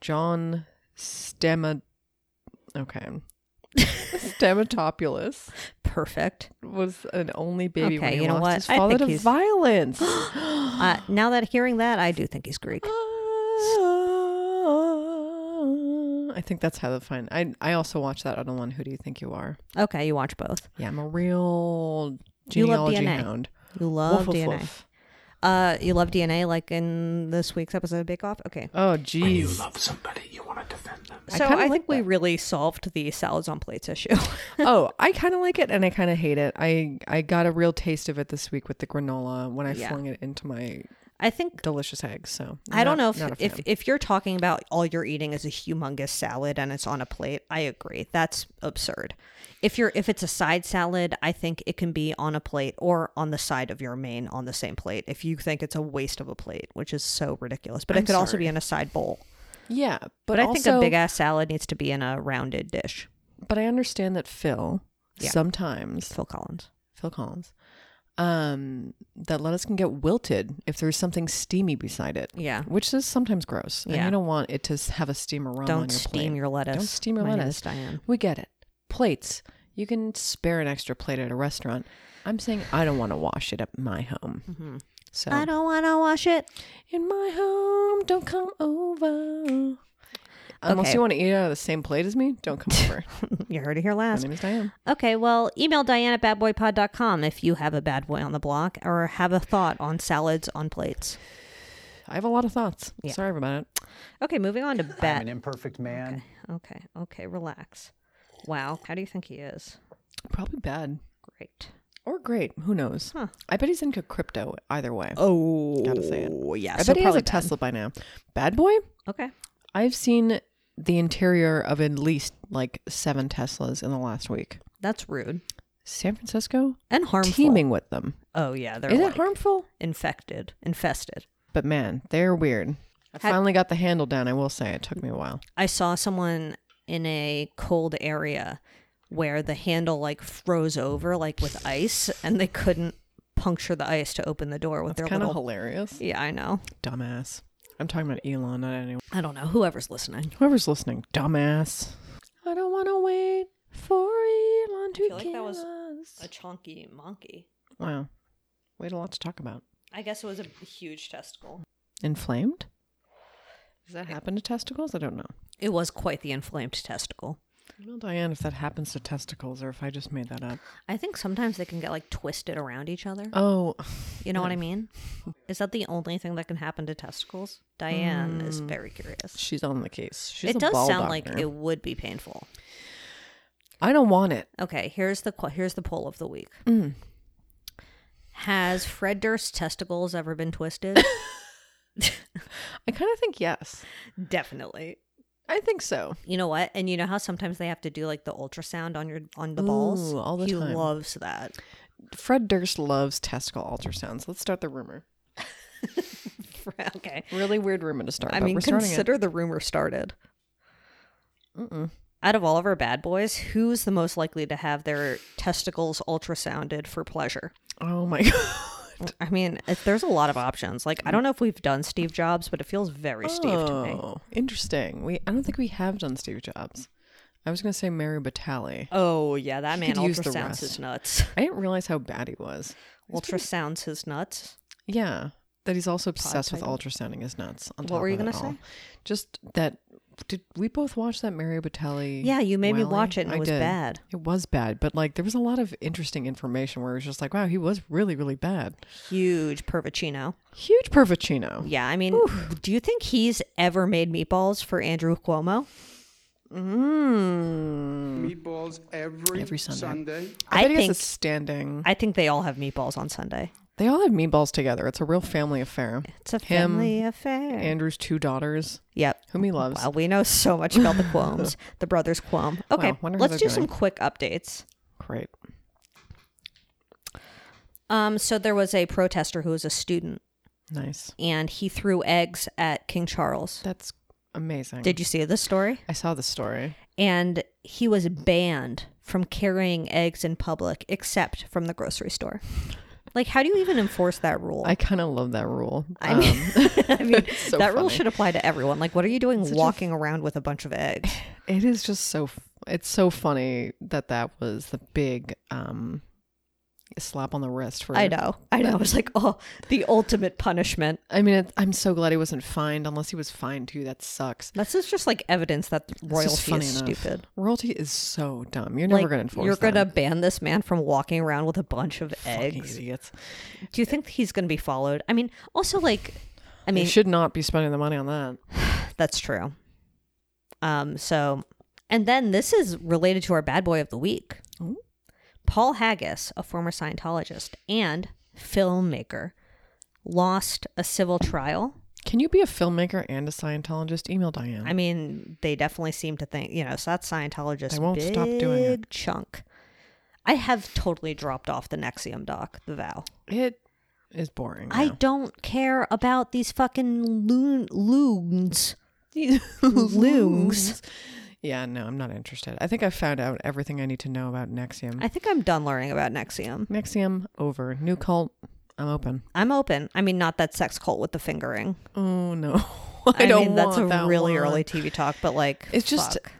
Speaker 2: John Stama. Okay. Stamatopoulos
Speaker 3: Perfect.
Speaker 2: was an only baby when
Speaker 3: Okay,
Speaker 2: he
Speaker 3: you know
Speaker 2: lost
Speaker 3: what?
Speaker 2: his
Speaker 3: I
Speaker 2: father
Speaker 3: think
Speaker 2: to
Speaker 3: he's-
Speaker 2: violence.
Speaker 3: Uh, now that hearing that, I do think he's Greek.
Speaker 2: I think that's how they find. I I also watched that other one. Who do you think you are?
Speaker 3: Okay, you watch both.
Speaker 2: Yeah, I'm a real
Speaker 3: You love
Speaker 2: genealogy
Speaker 3: DNA.
Speaker 2: hound.
Speaker 3: You
Speaker 2: Woof,
Speaker 3: love
Speaker 2: woof,
Speaker 3: DNA.
Speaker 2: woof.
Speaker 3: Uh, you love DNA, like in this week's episode of Bake Off. Okay.
Speaker 2: Oh, jeez. I
Speaker 3: So
Speaker 2: kinda
Speaker 3: I,
Speaker 2: like
Speaker 3: think we
Speaker 2: that.
Speaker 3: really solved the salads on plates issue.
Speaker 2: oh, I kind of like it and I kind of hate it. I I got a real taste of it this week with the granola when I
Speaker 3: Yeah.
Speaker 2: flung it into my
Speaker 3: I think
Speaker 2: delicious eggs. So
Speaker 3: I don't
Speaker 2: not-
Speaker 3: know if,
Speaker 2: not a
Speaker 3: if
Speaker 2: fan.
Speaker 3: if you're talking about all you're eating is a humongous salad and it's on a plate. I agree. That's absurd. If you're if it's a side salad, I think it can be on a plate or on the side of your main on the same plate. If you think it's a waste of a plate, which is so ridiculous, but it
Speaker 2: I'm
Speaker 3: could also be
Speaker 2: sorry.
Speaker 3: in a side bowl.
Speaker 2: yeah, but,
Speaker 3: But, I think a
Speaker 2: also-
Speaker 3: big e ass salad needs to be in a rounded dish.
Speaker 2: But I understand that Phil
Speaker 3: Yeah.
Speaker 2: sometimes
Speaker 3: Phil Collins.
Speaker 2: Phil Collins, um, that lettuce can get wilted if there's something steamy beside it.
Speaker 3: Yeah.
Speaker 2: Which is sometimes gross. And
Speaker 3: Yeah.
Speaker 2: you don't want it to s- have a steamer on
Speaker 3: Don't
Speaker 2: your
Speaker 3: steam
Speaker 2: plate.
Speaker 3: your lettuce.
Speaker 2: Don't steam your
Speaker 3: My name
Speaker 2: lettuce.
Speaker 3: is Diane.
Speaker 2: We get it. Plates. You can spare an extra plate at a restaurant. I'm saying I don't want to wash it at my home. So
Speaker 3: Mm-hmm. I don't want to wash it.
Speaker 2: in my home, don't come over. Unless
Speaker 3: Okay.
Speaker 2: you want to eat out of the same plate as me, don't come over.
Speaker 3: You heard it here
Speaker 2: my
Speaker 3: last.
Speaker 2: name is Diane.
Speaker 3: Okay, well, email Diane at badboypod.com if you have a bad boy on the block or have a thought on salads on plates.
Speaker 2: I have a lot of thoughts. Sorry about it.
Speaker 3: Okay, moving on to
Speaker 7: I'm an
Speaker 3: bad.
Speaker 7: imperfect man.
Speaker 3: Okay, okay, relax. Wow, how do you think he is?
Speaker 2: Probably bad.
Speaker 3: Great.
Speaker 2: Or great. Who knows?
Speaker 3: Huh.
Speaker 2: I bet he's into crypto either way.
Speaker 3: Oh,
Speaker 2: Gotta say it.
Speaker 3: yeah.
Speaker 2: I bet he has a Tesla by now. Bad boy?
Speaker 3: Okay.
Speaker 2: I've seen the interior of at least like seven Teslas in the last week.
Speaker 3: That's rude
Speaker 2: San Francisco
Speaker 3: and harmful.
Speaker 2: teeming with them.
Speaker 3: Oh, yeah. They're
Speaker 2: Is
Speaker 3: like
Speaker 2: it harmful?
Speaker 3: infected, infested.
Speaker 2: But man, they're weird. I
Speaker 3: Had-
Speaker 2: finally got the handle down. I will say it took me a while.
Speaker 3: I saw someone in a cold area where the handle like froze over like with ice and they couldn't puncture the ice to open the door with
Speaker 2: That's
Speaker 3: their
Speaker 2: kind of
Speaker 3: little
Speaker 2: hilarious.
Speaker 3: Yeah, I know.
Speaker 2: Dumbass. I'm talking about Elon, not anyone.
Speaker 3: I don't know. Whoever's listening.
Speaker 2: Whoever's listening, dumbass. I don't want to wait for Elon to
Speaker 3: feel like
Speaker 2: kill
Speaker 3: that was
Speaker 2: us.
Speaker 3: A chonky monkey.
Speaker 2: Wow. We had a lot to talk about.
Speaker 3: I guess it was a huge testicle.
Speaker 2: Inflamed? Does that happen to testicles? I don't know.
Speaker 3: It was quite the inflamed testicle.
Speaker 2: Well, Diane, if that happens to testicles or if I just made that up.
Speaker 3: I think sometimes they can get like twisted around each other.
Speaker 2: Oh,
Speaker 3: you know what I mean? Is that the only thing that can happen to testicles? Diane is very curious.
Speaker 2: she's on the case. She's
Speaker 3: it
Speaker 2: a
Speaker 3: does
Speaker 2: ball
Speaker 3: sound like
Speaker 2: doctor.
Speaker 3: it would be painful.
Speaker 2: I don't want it.
Speaker 3: Okay, here's the qu- here's the poll of the week.
Speaker 2: Mm.
Speaker 3: Has Fred Durst's testicles ever been twisted?
Speaker 2: I kind of think yes.
Speaker 3: Definitely.
Speaker 2: I think so.
Speaker 3: You know what? And you know how sometimes they have to do like the ultrasound on your on the balls.
Speaker 2: Ooh, all the
Speaker 3: he
Speaker 2: time.
Speaker 3: loves that.
Speaker 2: Fred Durst loves testicle ultrasounds. Let's start the rumor.
Speaker 3: okay.
Speaker 2: Really weird rumor to start.
Speaker 3: I
Speaker 2: but
Speaker 3: mean,
Speaker 2: we're starting it.
Speaker 3: consider the rumor started. Out of all of our bad boys, who's the most likely to have their testicles ultrasounded for pleasure?
Speaker 2: Oh my god.
Speaker 3: I mean, if there's a lot of options. Like, I don't know if we've done Steve Jobs, but it feels very Steve to me.
Speaker 2: Mm. Oh, interesting. We I don't think we have done Steve Jobs. I was gonna say Mary Batali.
Speaker 3: Oh yeah, that
Speaker 2: He
Speaker 3: man
Speaker 2: could use the
Speaker 3: ultrasounds his
Speaker 2: rest.
Speaker 3: nuts.
Speaker 2: I didn't realize how bad he was.
Speaker 3: Ultrasounds his nuts.
Speaker 2: Yeah, that he's also obsessed with
Speaker 3: title?
Speaker 2: ultrasounding his nuts. On
Speaker 3: What
Speaker 2: top
Speaker 3: were you
Speaker 2: going to
Speaker 3: gonna say?
Speaker 2: Just that. Did we both watch that Mario Batali?
Speaker 3: Yeah, you made me
Speaker 2: Wally?
Speaker 3: watch it and it
Speaker 2: I
Speaker 3: was
Speaker 2: did.
Speaker 3: bad.
Speaker 2: It was bad, but like there was a lot of interesting information where it was just like, wow, he was really, really bad.
Speaker 3: Huge pervicino.
Speaker 2: Huge pervicino.
Speaker 3: Yeah, I mean, do you think he's ever made meatballs for Andrew Cuomo?
Speaker 2: Mm.
Speaker 8: meatballs every,
Speaker 2: Every Sunday.
Speaker 3: I
Speaker 2: I, bet he has a
Speaker 3: think-
Speaker 2: standing.
Speaker 3: I think they all have meatballs on Sunday.
Speaker 2: They all have meatballs together. It's a real family affair.
Speaker 3: It's a
Speaker 2: Him,
Speaker 3: family affair.
Speaker 2: Andrew's two daughters,
Speaker 3: yep.
Speaker 2: whom he loves.
Speaker 3: Well, we know so much about the Quomes, the brothers Quom. Okay,
Speaker 2: Wow, wonder how
Speaker 3: let's
Speaker 2: they're
Speaker 3: do some
Speaker 2: doing.
Speaker 3: quick updates.
Speaker 2: Great.
Speaker 3: Um, so there was a protester who was a student,
Speaker 2: Nice.
Speaker 3: and he threw eggs at King Charles.
Speaker 2: That's Amazing.
Speaker 3: Did you see this story?
Speaker 2: I saw the story.
Speaker 3: And he was banned from carrying eggs in public except from the grocery store. Like, how do you even enforce that rule?
Speaker 2: I kind of love that rule. Um,
Speaker 3: I mean, I mean
Speaker 2: it's so
Speaker 3: that rule
Speaker 2: funny.
Speaker 3: should apply to everyone. Like, what are you doing
Speaker 2: Such a-
Speaker 3: walking around with a bunch of eggs?
Speaker 2: It is just so f- it's so funny that that was the big um slap on the wrist for
Speaker 3: I know. I know. I was like, oh, the ultimate punishment.
Speaker 2: I mean, it, I'm so glad he wasn't fined unless he was fined too. That sucks.
Speaker 3: This is just like evidence that
Speaker 2: It's just
Speaker 3: royalty
Speaker 2: funny
Speaker 3: is
Speaker 2: enough.
Speaker 3: stupid.
Speaker 2: Royalty is so dumb. You're never
Speaker 3: Like,
Speaker 2: going to enforce
Speaker 3: You're
Speaker 2: that.
Speaker 3: gonna ban this man from walking around with a bunch of
Speaker 2: Fucking
Speaker 3: eggs.
Speaker 2: idiots.
Speaker 3: Do you think he's gonna be followed? I mean, also like, I
Speaker 2: I mean,
Speaker 3: mean,
Speaker 2: you should not be spending the money on that.
Speaker 3: that's true. Um. So, and then this is related to our bad boy of the week, Paul Haggis, a former Scientologist and filmmaker, lost a civil trial.
Speaker 2: Can you be a filmmaker and a Scientologist? Email Diane.
Speaker 3: I mean, they definitely seem to think, you know, so that Scientologist
Speaker 2: They won't
Speaker 3: big
Speaker 2: stop doing it.
Speaker 3: chunk. I have totally dropped off the Nexium doc, the vow.
Speaker 2: it is boring.
Speaker 3: I
Speaker 2: now.
Speaker 3: don't care about these fucking loon loons. loons.
Speaker 2: Yeah, no, I'm not interested. I think I found out everything I need to know about Nexium.
Speaker 3: I think I'm done learning about Nexium.
Speaker 2: Nexium over. New cult. I'm open.
Speaker 3: I'm open. I mean, not that sex cult with the fingering.
Speaker 2: Oh no. I, don't
Speaker 3: mean, that's
Speaker 2: want
Speaker 3: a
Speaker 2: that
Speaker 3: really
Speaker 2: one.
Speaker 3: early TV talk, but like,
Speaker 2: It's just-
Speaker 3: fuck.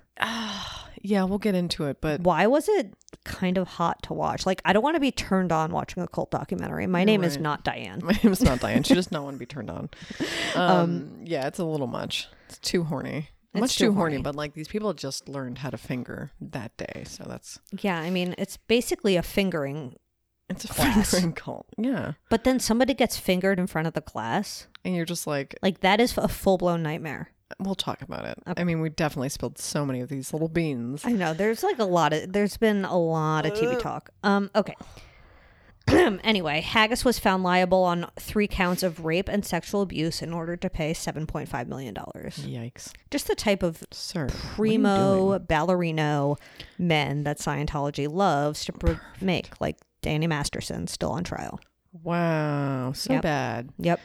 Speaker 2: Yeah, we'll get into it, but
Speaker 3: why was it kind of hot to watch? Like, I don't want to be turned on watching a cult documentary. My name is
Speaker 2: right.
Speaker 3: not Diane.
Speaker 2: my name's not Diane. She does not want to be turned on. Um, yeah, it's a little much. It's too horny.
Speaker 3: It's
Speaker 2: much
Speaker 3: too
Speaker 2: too horny,
Speaker 3: horny.
Speaker 2: but like these people just learned how to finger that day, so that's
Speaker 3: Yeah, I mean, it's basically a fingering,
Speaker 2: it's a
Speaker 3: Class.
Speaker 2: fingering cult. Yeah.
Speaker 3: but then somebody gets fingered in front of the class.
Speaker 2: And you're just like,
Speaker 3: Like, that is a full blown nightmare.
Speaker 2: we'll talk about it. I mean, we definitely spilled so many of these little beans.
Speaker 3: I know. There's like a lot of, there's been a lot of
Speaker 2: Uh.
Speaker 3: TV talk. Um, okay. anyway, Haggis was found liable on three counts of rape and sexual abuse in order to pay $7.5 million.
Speaker 2: Yikes.
Speaker 3: Just the type of
Speaker 2: Sir. Hmm. what are you
Speaker 3: primo
Speaker 2: doing?
Speaker 3: ballerino men that Scientology loves to pr- make, like Danny Masterson, still on trial.
Speaker 2: Wow. So
Speaker 3: Yep.
Speaker 2: bad.
Speaker 3: Yep.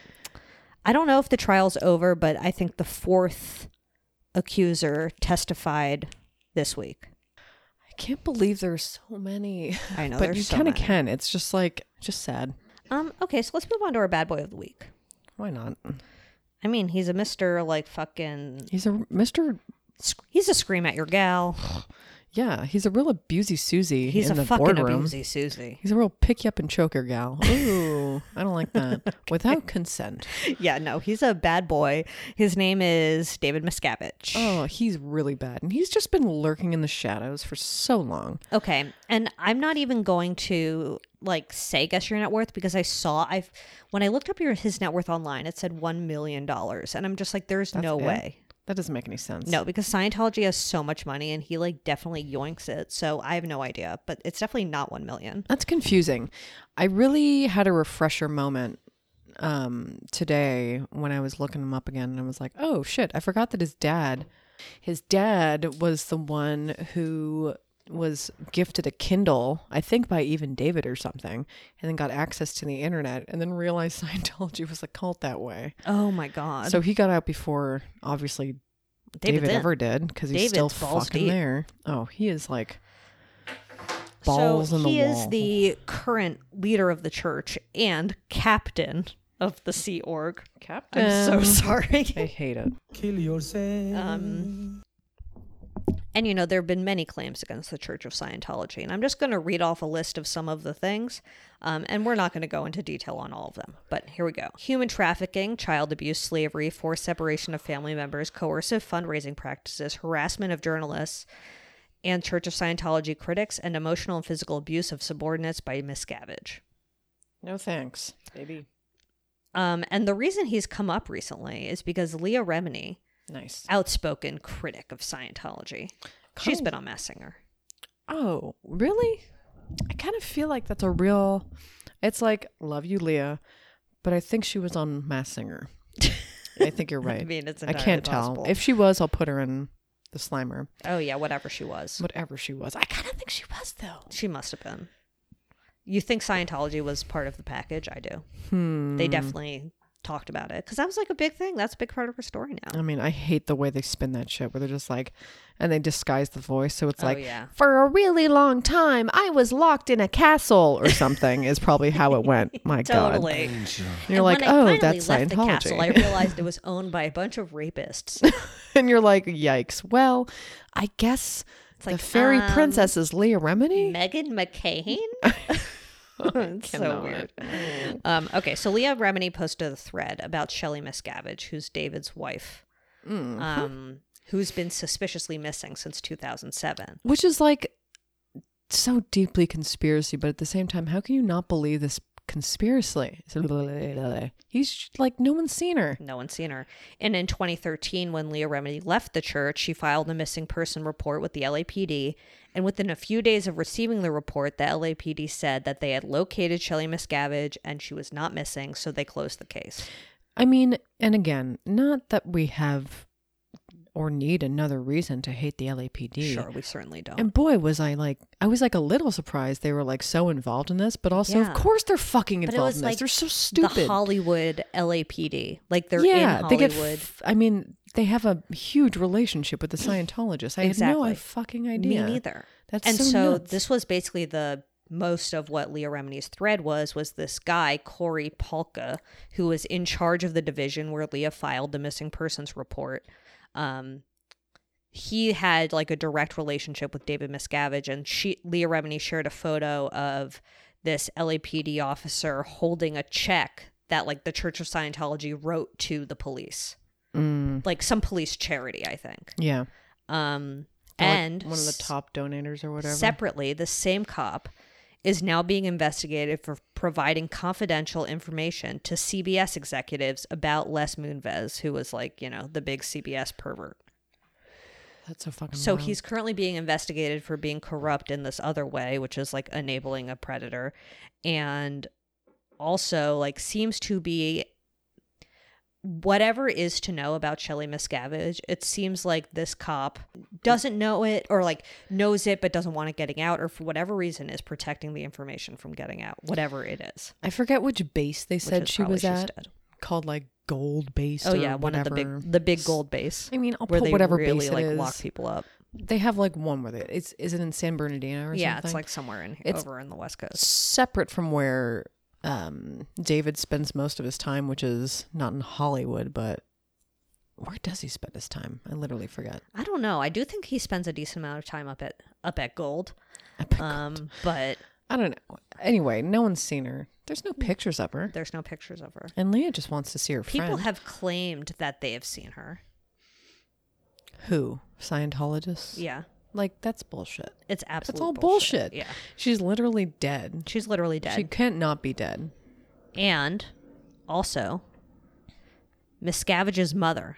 Speaker 3: I don't know if the trial's over, but I think the fourth accuser testified this week.
Speaker 2: I can't believe there's so many.
Speaker 3: I know,
Speaker 2: but
Speaker 3: there's
Speaker 2: you
Speaker 3: so
Speaker 2: kind of
Speaker 3: many.
Speaker 2: can. It's just like just sad.
Speaker 3: Um, okay, so let's move on to our bad boy of the week.
Speaker 2: Why not?
Speaker 3: I mean, he's a Mr. like fucking
Speaker 2: He's a Mr.
Speaker 3: sc- he's a scream at your gal.
Speaker 2: Yeah, he's a real abusey Susie
Speaker 3: He's
Speaker 2: in
Speaker 3: a
Speaker 2: the
Speaker 3: fucking
Speaker 2: boardroom.
Speaker 3: abusey Susie.
Speaker 2: He's a real pick you up and choke your gal. Ooh, I don't like that. Without consent.
Speaker 3: yeah, no, he's a bad boy. His name is David Miscavige.
Speaker 2: Oh, he's really bad, and he's just been lurking in the shadows for so long.
Speaker 3: Okay. And I'm not even going to like say guess your net worth because I saw I've when I looked up your his net worth online, it said one million dollars. And I'm just like, there's
Speaker 2: That's
Speaker 3: no
Speaker 2: it?
Speaker 3: way.
Speaker 2: That doesn't make any sense.
Speaker 3: No, because Scientology has so much money and he like definitely yoinks it. So I have no idea. But it's definitely not one million.
Speaker 2: That's confusing. I really had a refresher moment um, today when I was looking him up again, and I was like, "Oh shit! I forgot that his dad, his dad was the one who was gifted a Kindle, I think by even David or something, and then got access to the internet, and then realized Scientology was a cult that way.
Speaker 3: Oh my god.
Speaker 2: So he got out before, obviously,
Speaker 3: David's
Speaker 2: David
Speaker 3: in.
Speaker 2: ever did because he's still
Speaker 3: David's balls
Speaker 2: fucking
Speaker 3: deep.
Speaker 2: there. Oh, he is like balls
Speaker 3: so
Speaker 2: in the
Speaker 3: he
Speaker 2: wall.
Speaker 3: is the current leader of the church and captain of the Sea Org.
Speaker 2: captain.
Speaker 3: I'm so
Speaker 2: I
Speaker 3: sorry.
Speaker 2: hate it.
Speaker 6: Kill yourself.
Speaker 3: And you know, there have been many claims against the Church of Scientology. And I'm just going to read off a list of some of the things. Um, and we're not going to go into detail on all of them. But here we go human trafficking, child abuse, slavery, forced separation of family members, coercive fundraising practices, harassment of journalists and Church of Scientology critics, and emotional and physical abuse of subordinates by Miscavige.
Speaker 2: No thanks, baby.
Speaker 3: Um, and the reason he's come up recently is because Leah Remini,
Speaker 2: Nice.
Speaker 3: outspoken critic of Scientology, she's
Speaker 2: Kind-
Speaker 3: been on Mass Singer.
Speaker 2: Oh, really? I kind of feel like that's a real. It's like love you, Leah, but I think she was on Mass Singer. I think you're right.
Speaker 3: mean, it's
Speaker 2: I can't
Speaker 3: entirely
Speaker 2: tell.
Speaker 3: possible.
Speaker 2: If she was, I'll put her in the Slimer.
Speaker 3: Oh yeah, whatever she was,
Speaker 2: Whatever she was, I kind of think she was though.
Speaker 3: she must have
Speaker 2: Hmm.
Speaker 3: been. You think Scientology was part of the package? I do. They definitely talked about it because that was like a big thing. That's a big part of her story now.
Speaker 2: I mean, I hate the way they spin that shit where they're just like, and they disguise the voice. So it's
Speaker 3: Oh,
Speaker 2: like,
Speaker 3: yeah.
Speaker 2: for a really long time, I was locked in a castle or something, is probably how it went. My God.
Speaker 3: Totally.
Speaker 2: And you're like,
Speaker 3: when I
Speaker 2: oh,
Speaker 3: finally
Speaker 2: that's
Speaker 3: left the castle, I
Speaker 2: Scientology.
Speaker 3: realized it was owned by a bunch of rapists. It's
Speaker 2: and you're like, yikes. Well, I guess the
Speaker 3: like,
Speaker 2: fairy
Speaker 3: um,
Speaker 2: princess is Leah Remini?
Speaker 3: Megan McCain. it's so
Speaker 2: cannot.
Speaker 3: weird. Um, okay, so Leah Remini posted a thread about Shelley Miscavige, who's David's wife,
Speaker 2: Mm-hmm.
Speaker 3: um, who's been suspiciously missing since 2007.
Speaker 2: Which is like so deeply conspiracy, but at the same time, how can you not believe this conspiracy? He's like, no one's seen her.
Speaker 3: No one's seen her. And in 2013, when Leah Remini left the church, she filed a missing person report with the LAPD. And within a few days of receiving the report, the LAPD said that they had located Shelley Miscavige and she was not missing, so they closed the case.
Speaker 2: I mean, and again, not that we have or need another reason to hate the LAPD.
Speaker 3: Sure, we certainly don't.
Speaker 2: And boy, was I like, I was like a little surprised they were like so involved in this, but also,
Speaker 3: Yeah.
Speaker 2: of course, they're fucking
Speaker 3: But
Speaker 2: involved
Speaker 3: it was
Speaker 2: in this.
Speaker 3: like
Speaker 2: they're so stupid.
Speaker 3: The Hollywood LAPD, like they're in
Speaker 2: they
Speaker 3: Hollywood.
Speaker 2: get. f- I mean, they have a huge relationship with the Scientologists. I had no
Speaker 3: Exactly.
Speaker 2: fucking idea.
Speaker 3: Me neither.
Speaker 2: That's
Speaker 3: and
Speaker 2: so
Speaker 3: so,
Speaker 2: nuts.
Speaker 3: this was basically the most of what Leah Remini's thread was was this guy Corey Polka who was in charge of the division where Leah filed the missing persons report. Um, he had like a direct relationship with David Miscavige, and she Leah Remini shared a photo of this LAPD officer holding a check that like the Church of Scientology wrote to the police,
Speaker 2: Mm,
Speaker 3: like some police charity, I think.
Speaker 2: yeah.
Speaker 3: Um,
Speaker 2: They're like
Speaker 3: and
Speaker 2: one of the
Speaker 3: s-
Speaker 2: top donators or whatever.
Speaker 3: Separately, the same cop is now being investigated for providing confidential information to CBS executives about Les Moonves, who was like, you know, the big CBS pervert.
Speaker 2: That's so fucking.
Speaker 3: So
Speaker 2: wild.
Speaker 3: he's currently being investigated for being corrupt in this other way, which is like enabling a predator. And also, like, seems to be whatever is to know about Shelley Miscavige, it seems like this cop doesn't know it or like knows it but doesn't want it getting out, or for whatever reason is protecting the information from getting out, whatever it is.
Speaker 2: I forget which base they said
Speaker 3: is
Speaker 2: she
Speaker 3: probably
Speaker 2: was
Speaker 3: she's
Speaker 2: at.
Speaker 3: dead.
Speaker 2: Called like gold base.
Speaker 3: Oh
Speaker 2: or
Speaker 3: yeah, one of the
Speaker 2: whatever.
Speaker 3: big the big gold base.
Speaker 2: I mean, I'll
Speaker 3: where
Speaker 2: put
Speaker 3: they
Speaker 2: whatever
Speaker 3: really
Speaker 2: base it
Speaker 3: like lock
Speaker 2: is.
Speaker 3: people up.
Speaker 2: They have like one where they it's is it in San Bernardino or
Speaker 3: yeah,
Speaker 2: something?
Speaker 3: it's like somewhere in
Speaker 2: It's-
Speaker 3: over in the West Coast.
Speaker 2: separate from where um David spends most of his time, which is not in Hollywood, but where does he spend his time? I literally forgot.
Speaker 3: I don't know. I do think he spends a decent amount of time up at up at Gold. Um, but
Speaker 2: I don't know. Anyway, no one's seen her. There's no pictures of her.
Speaker 3: there's no pictures of her.
Speaker 2: And Leah just wants to see her
Speaker 3: People
Speaker 2: friend.
Speaker 3: have claimed that they have seen her.
Speaker 2: Who? Scientologists?
Speaker 3: Yeah.
Speaker 2: Like that's bullshit. That's
Speaker 3: It's absolutely
Speaker 2: all bullshit.
Speaker 3: Yeah.
Speaker 2: She's literally dead.
Speaker 3: She's literally dead.
Speaker 2: She can't not be dead.
Speaker 3: and also Miscavige's mother,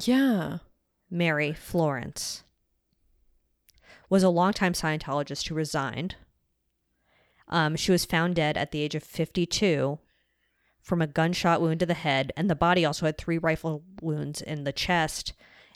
Speaker 2: Yeah.
Speaker 3: Mary Florence, was a longtime Scientologist who resigned. Um, she was found dead at the age of 52 from a gunshot wound to the head, and the body also had three rifle wounds in the chest.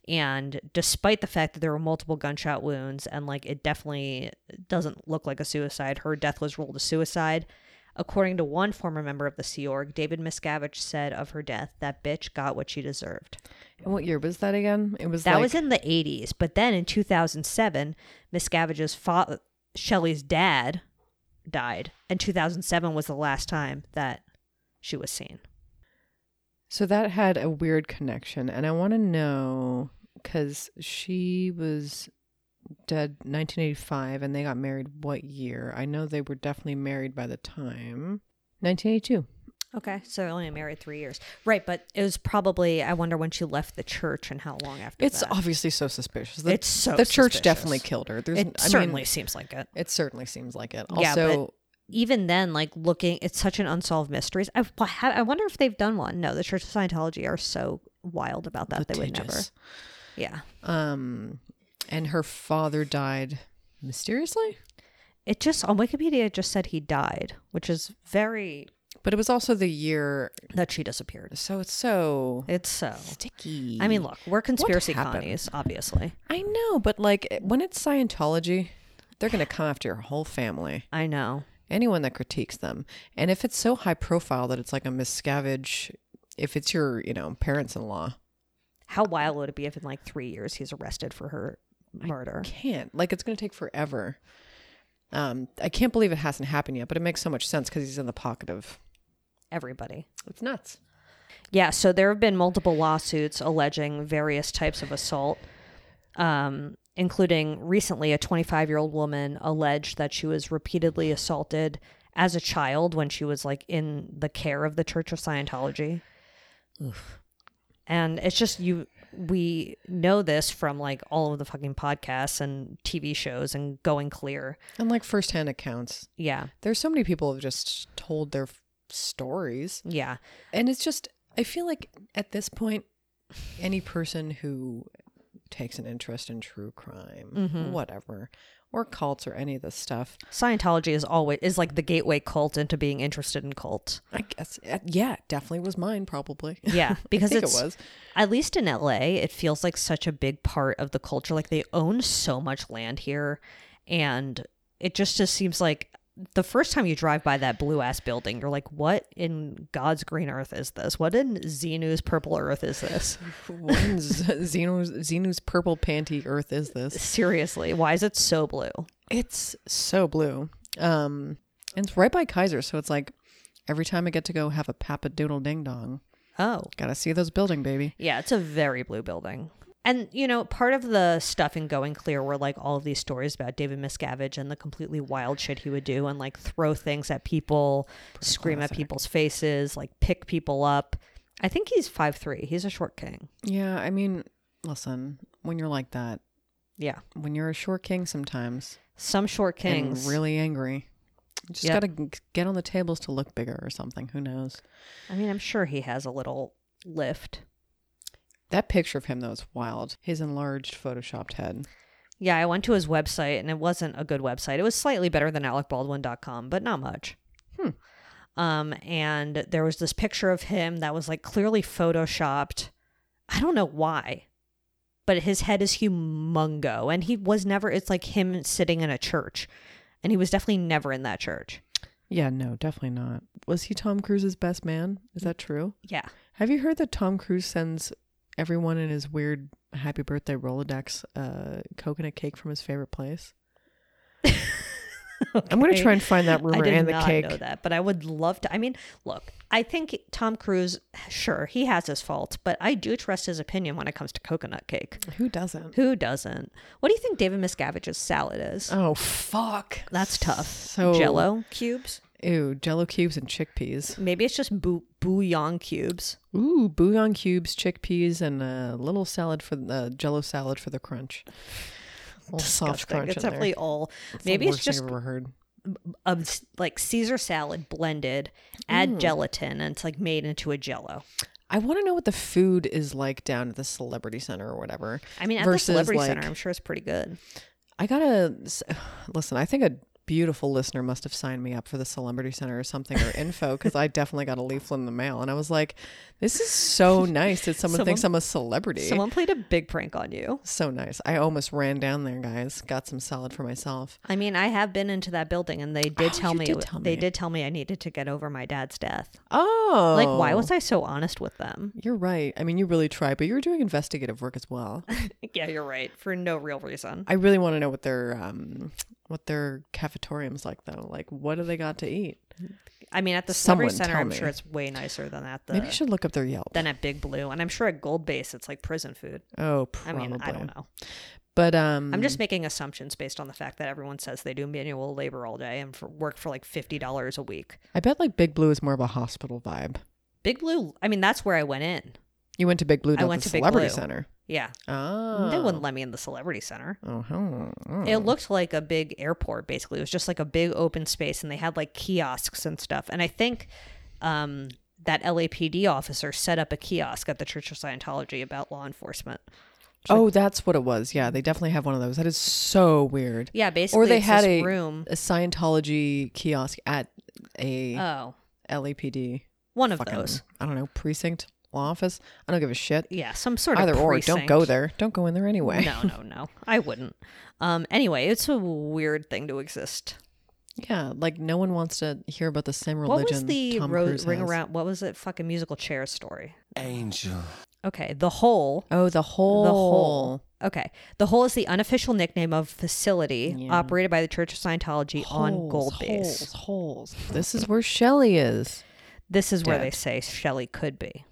Speaker 3: And despite the fact that there were multiple gunshot wounds, and like it definitely doesn't look like a suicide, her death was ruled a suicide. According to one former member of the Sea Org, David Miscavige said of her death, that bitch got what she deserved.
Speaker 2: And what year was that again? It was
Speaker 3: That
Speaker 2: like,
Speaker 3: was in the 80s, but then in 2007, Miscavige's father, Shelley's dad, died, and 2007 was the last time that she was seen.
Speaker 2: So that had a weird connection, and I want to know because she was dead 1985, and they got married what year? I know they were definitely married by the time 1982.
Speaker 3: Okay, so only married three years, right? But it was probably I wonder when she left the church and how long after.
Speaker 2: It's
Speaker 3: that.
Speaker 2: obviously so suspicious. The,
Speaker 3: It's so
Speaker 2: the church
Speaker 3: suspicious.
Speaker 2: definitely killed her. There's,
Speaker 3: It
Speaker 2: I
Speaker 3: certainly
Speaker 2: Mean,
Speaker 3: seems like it.
Speaker 2: it certainly seems like it.
Speaker 3: Yeah, but-
Speaker 2: Also,
Speaker 3: Even then, like looking, it's such an unsolved mysteries. I, I wonder if they've done one. No, the Church of Scientology are so wild about that they would never.
Speaker 2: litigious.
Speaker 3: Yeah,
Speaker 2: Um, and her father died mysteriously.
Speaker 3: It just on Wikipedia it just said he died, which is very
Speaker 2: But it was also the year,
Speaker 3: that she disappeared.
Speaker 2: so it's so
Speaker 3: It's so
Speaker 2: sticky.
Speaker 3: I mean, look, we're conspiracy
Speaker 2: happened?
Speaker 3: commies, obviously.
Speaker 2: I know, but like it- when it's Scientology, they're going to come after your whole family,
Speaker 3: I know.
Speaker 2: anyone that critiques them. And if it's so high profile that it's like a Miscavige if it's your, you know, parents in law.
Speaker 3: How wild would it be if in like three years he's arrested for her murder?
Speaker 2: Can't. Like it's gonna take forever. Um, I can't believe it hasn't happened yet, but it makes so much sense because he's in the pocket of
Speaker 3: Everybody.
Speaker 2: it's nuts.
Speaker 3: Yeah, so there have been multiple lawsuits alleging various types of assault, um, including recently a 25 year old woman alleged that she was repeatedly assaulted as a child when she was like in the care of the Church of Scientology. And it's just you, we know this from like all of the fucking podcasts and TV shows and going clear.
Speaker 2: And like firsthand accounts.
Speaker 3: Yeah,
Speaker 2: There's so many people who have just told their f- stories.
Speaker 3: yeah.
Speaker 2: And it's just, I feel like at this point, any person who takes an interest in true crime,
Speaker 3: Mm-hmm.
Speaker 2: whatever, or cults or any of this stuff,
Speaker 3: Scientology is always is like the gateway cult into being interested in cult.
Speaker 2: I guess, uh, yeah, it definitely was mine, probably.
Speaker 3: Yeah, because
Speaker 2: think it
Speaker 3: it's,
Speaker 2: was.
Speaker 3: at least in LA, it feels like such a big part of the culture. Like they own so much land here, and it just just seems like the first time you drive by that blue ass building, you're like, "What in God's green earth is this? What in Xenu's purple earth is this?
Speaker 2: what in Z- Xeno's, Xeno's purple panty earth is this?
Speaker 3: Seriously, why is it so blue?"
Speaker 2: It's so blue. Um, and it's right by Kaiser. So it's like every time I get to go have a papadoodle ding dong,
Speaker 3: Oh,
Speaker 2: gotta see those building, baby.
Speaker 3: Yeah, it's a very blue building. And you know, part of the stuff in Going Clear were like all of these stories about David Miscavige and the completely wild shit he would do and like throw things at people, scream at people's faces, like pick people up. I think he's five three. He's a short king.
Speaker 2: Yeah, I mean, listen, when you're like that,
Speaker 3: Yeah.
Speaker 2: when you're a short king sometimes
Speaker 3: Some short kings.
Speaker 2: and really angry, you just
Speaker 3: Yep.
Speaker 2: gotta g- get on the tables to look bigger or something. Who knows?
Speaker 3: I mean, I'm sure he has a little lift.
Speaker 2: That picture of him though is wild. His enlarged photoshopped head.
Speaker 3: Yeah, I went to his website and it wasn't a good website. It was slightly better than alecbaldwin.com, but not much.
Speaker 2: Hmm.
Speaker 3: Um, and there was this picture of him that was like clearly photoshopped. I don't know why, but his head is humongo. And he was never, it's like him sitting in a church. And he was definitely never in that church.
Speaker 2: Yeah, no, definitely not. Was he Tom Cruise's best man? Is that true?
Speaker 3: Yeah.
Speaker 2: Have you heard that Tom Cruise sends everyone in his weird happy birthday Rolodex uh, coconut cake from his favorite place? I'm gonna
Speaker 3: Okay.
Speaker 2: try and find that rumor
Speaker 3: I did
Speaker 2: and the
Speaker 3: not
Speaker 2: cake.
Speaker 3: know that, but I would love to. I mean, look, I think Tom Cruise, sure, he has his faults, but I do trust his opinion when it comes to coconut cake.
Speaker 2: Who doesn't?
Speaker 3: Who doesn't? What do you think David Miscavige's salad is?
Speaker 2: Oh fuck.
Speaker 3: That's tough.
Speaker 2: So
Speaker 3: Jello cubes.
Speaker 2: Ew, jello cubes and chickpeas.
Speaker 3: Maybe it's just bou- bouillon cubes.
Speaker 2: Ooh, bouillon cubes, chickpeas, and a little salad for the uh, jello salad for the crunch. A little soft
Speaker 3: Disgusting.
Speaker 2: crunch
Speaker 3: It's
Speaker 2: in
Speaker 3: definitely
Speaker 2: there.
Speaker 3: all.
Speaker 2: It's the
Speaker 3: maybe
Speaker 2: worst
Speaker 3: it's
Speaker 2: thing
Speaker 3: just
Speaker 2: I've ever heard.
Speaker 3: um, s- like Caesar salad blended, add
Speaker 2: Mm.
Speaker 3: gelatin, and it's like made into a Jello.
Speaker 2: I want to know what the food is like down at the celebrity center or whatever.
Speaker 3: I mean, at
Speaker 2: versus
Speaker 3: the Celebrity Center,
Speaker 2: like-
Speaker 3: I'm sure it's pretty good.
Speaker 2: I gotta s- listen. I think a beautiful listener must have signed me up for the celebrity center or something or info because I definitely got a leaflet in the mail and I was like, "This is so nice that someone, thinks I'm a celebrity."
Speaker 3: Someone played a big prank on you.
Speaker 2: so nice. I almost ran down there, guys. Got some salad for myself.
Speaker 3: I mean, I have been into that building, and they did
Speaker 2: Oh,
Speaker 3: tell
Speaker 2: you
Speaker 3: me
Speaker 2: did
Speaker 3: it-
Speaker 2: tell
Speaker 3: they
Speaker 2: me.
Speaker 3: did tell me I needed to get over my dad's death.
Speaker 2: Oh,
Speaker 3: Like, why was I so honest with them?
Speaker 2: You're right. I mean, you really tried, but you were doing investigative work as well.
Speaker 3: yeah, you're right. For no real reason.
Speaker 2: I really want to know what their um, what their cafetorium's like though. Like, what do they got to eat?
Speaker 3: I mean, at the
Speaker 2: Someone
Speaker 3: Celebrity Center,
Speaker 2: tell
Speaker 3: I'm
Speaker 2: me.
Speaker 3: sure it's way nicer than at the
Speaker 2: Maybe you should look up their Yelp.
Speaker 3: than at Big Blue, and I'm sure at Gold Base it's like prison food.
Speaker 2: oh, probably.
Speaker 3: I mean, I don't know.
Speaker 2: But um,
Speaker 3: I'm just making assumptions based on the fact that everyone says they do manual labor all day and for, work for like fifty dollars a week.
Speaker 2: I bet like Big Blue is more of a hospital vibe.
Speaker 3: Big Blue, I mean, that's where I went in.
Speaker 2: You went to Big Blue,
Speaker 3: I
Speaker 2: not
Speaker 3: went
Speaker 2: the
Speaker 3: to Big
Speaker 2: Celebrity
Speaker 3: Blue.
Speaker 2: Center.
Speaker 3: Yeah,
Speaker 2: Oh,
Speaker 3: they wouldn't let me in the Celebrity Center.
Speaker 2: Uh-huh.
Speaker 3: It looked like a big airport, basically. It was just like a big open space, and they had like kiosks and stuff. And I think um, that LAPD officer set up a kiosk at the Church of Scientology about law enforcement.
Speaker 2: Oh, that's what it was. Yeah, they definitely have one of those. That is so weird.
Speaker 3: Yeah, basically,
Speaker 2: or they
Speaker 3: it's
Speaker 2: had a
Speaker 3: this room.
Speaker 2: a Scientology kiosk at a
Speaker 3: Oh,
Speaker 2: LAPD
Speaker 3: one of
Speaker 2: fucking
Speaker 3: those.
Speaker 2: I don't know precinct law office. I don't give a shit.
Speaker 3: Yeah, some sort
Speaker 2: Either
Speaker 3: of
Speaker 2: or, don't go
Speaker 3: precinct.
Speaker 2: there. Don't go in there anyway.
Speaker 3: No, no, no. I wouldn't. Um. Anyway, it's a weird thing to exist.
Speaker 2: Yeah, like no one wants to hear about the same religion.
Speaker 3: what was the
Speaker 2: Tom
Speaker 3: ro-
Speaker 2: Cruise
Speaker 3: ring
Speaker 2: has.
Speaker 3: around? What was it? Fucking musical chairs story.
Speaker 1: Angel.
Speaker 3: Okay, the hole.
Speaker 2: Oh, the whole.
Speaker 3: The hole. Okay, the hole is the unofficial nickname of a facility
Speaker 2: Yeah.
Speaker 3: operated by the Church of Scientology on
Speaker 2: Holes,
Speaker 3: Gold Base.
Speaker 2: Holes, holes. This is where Shelley is.
Speaker 3: This is where they
Speaker 2: Dead.
Speaker 3: say Shelley could be.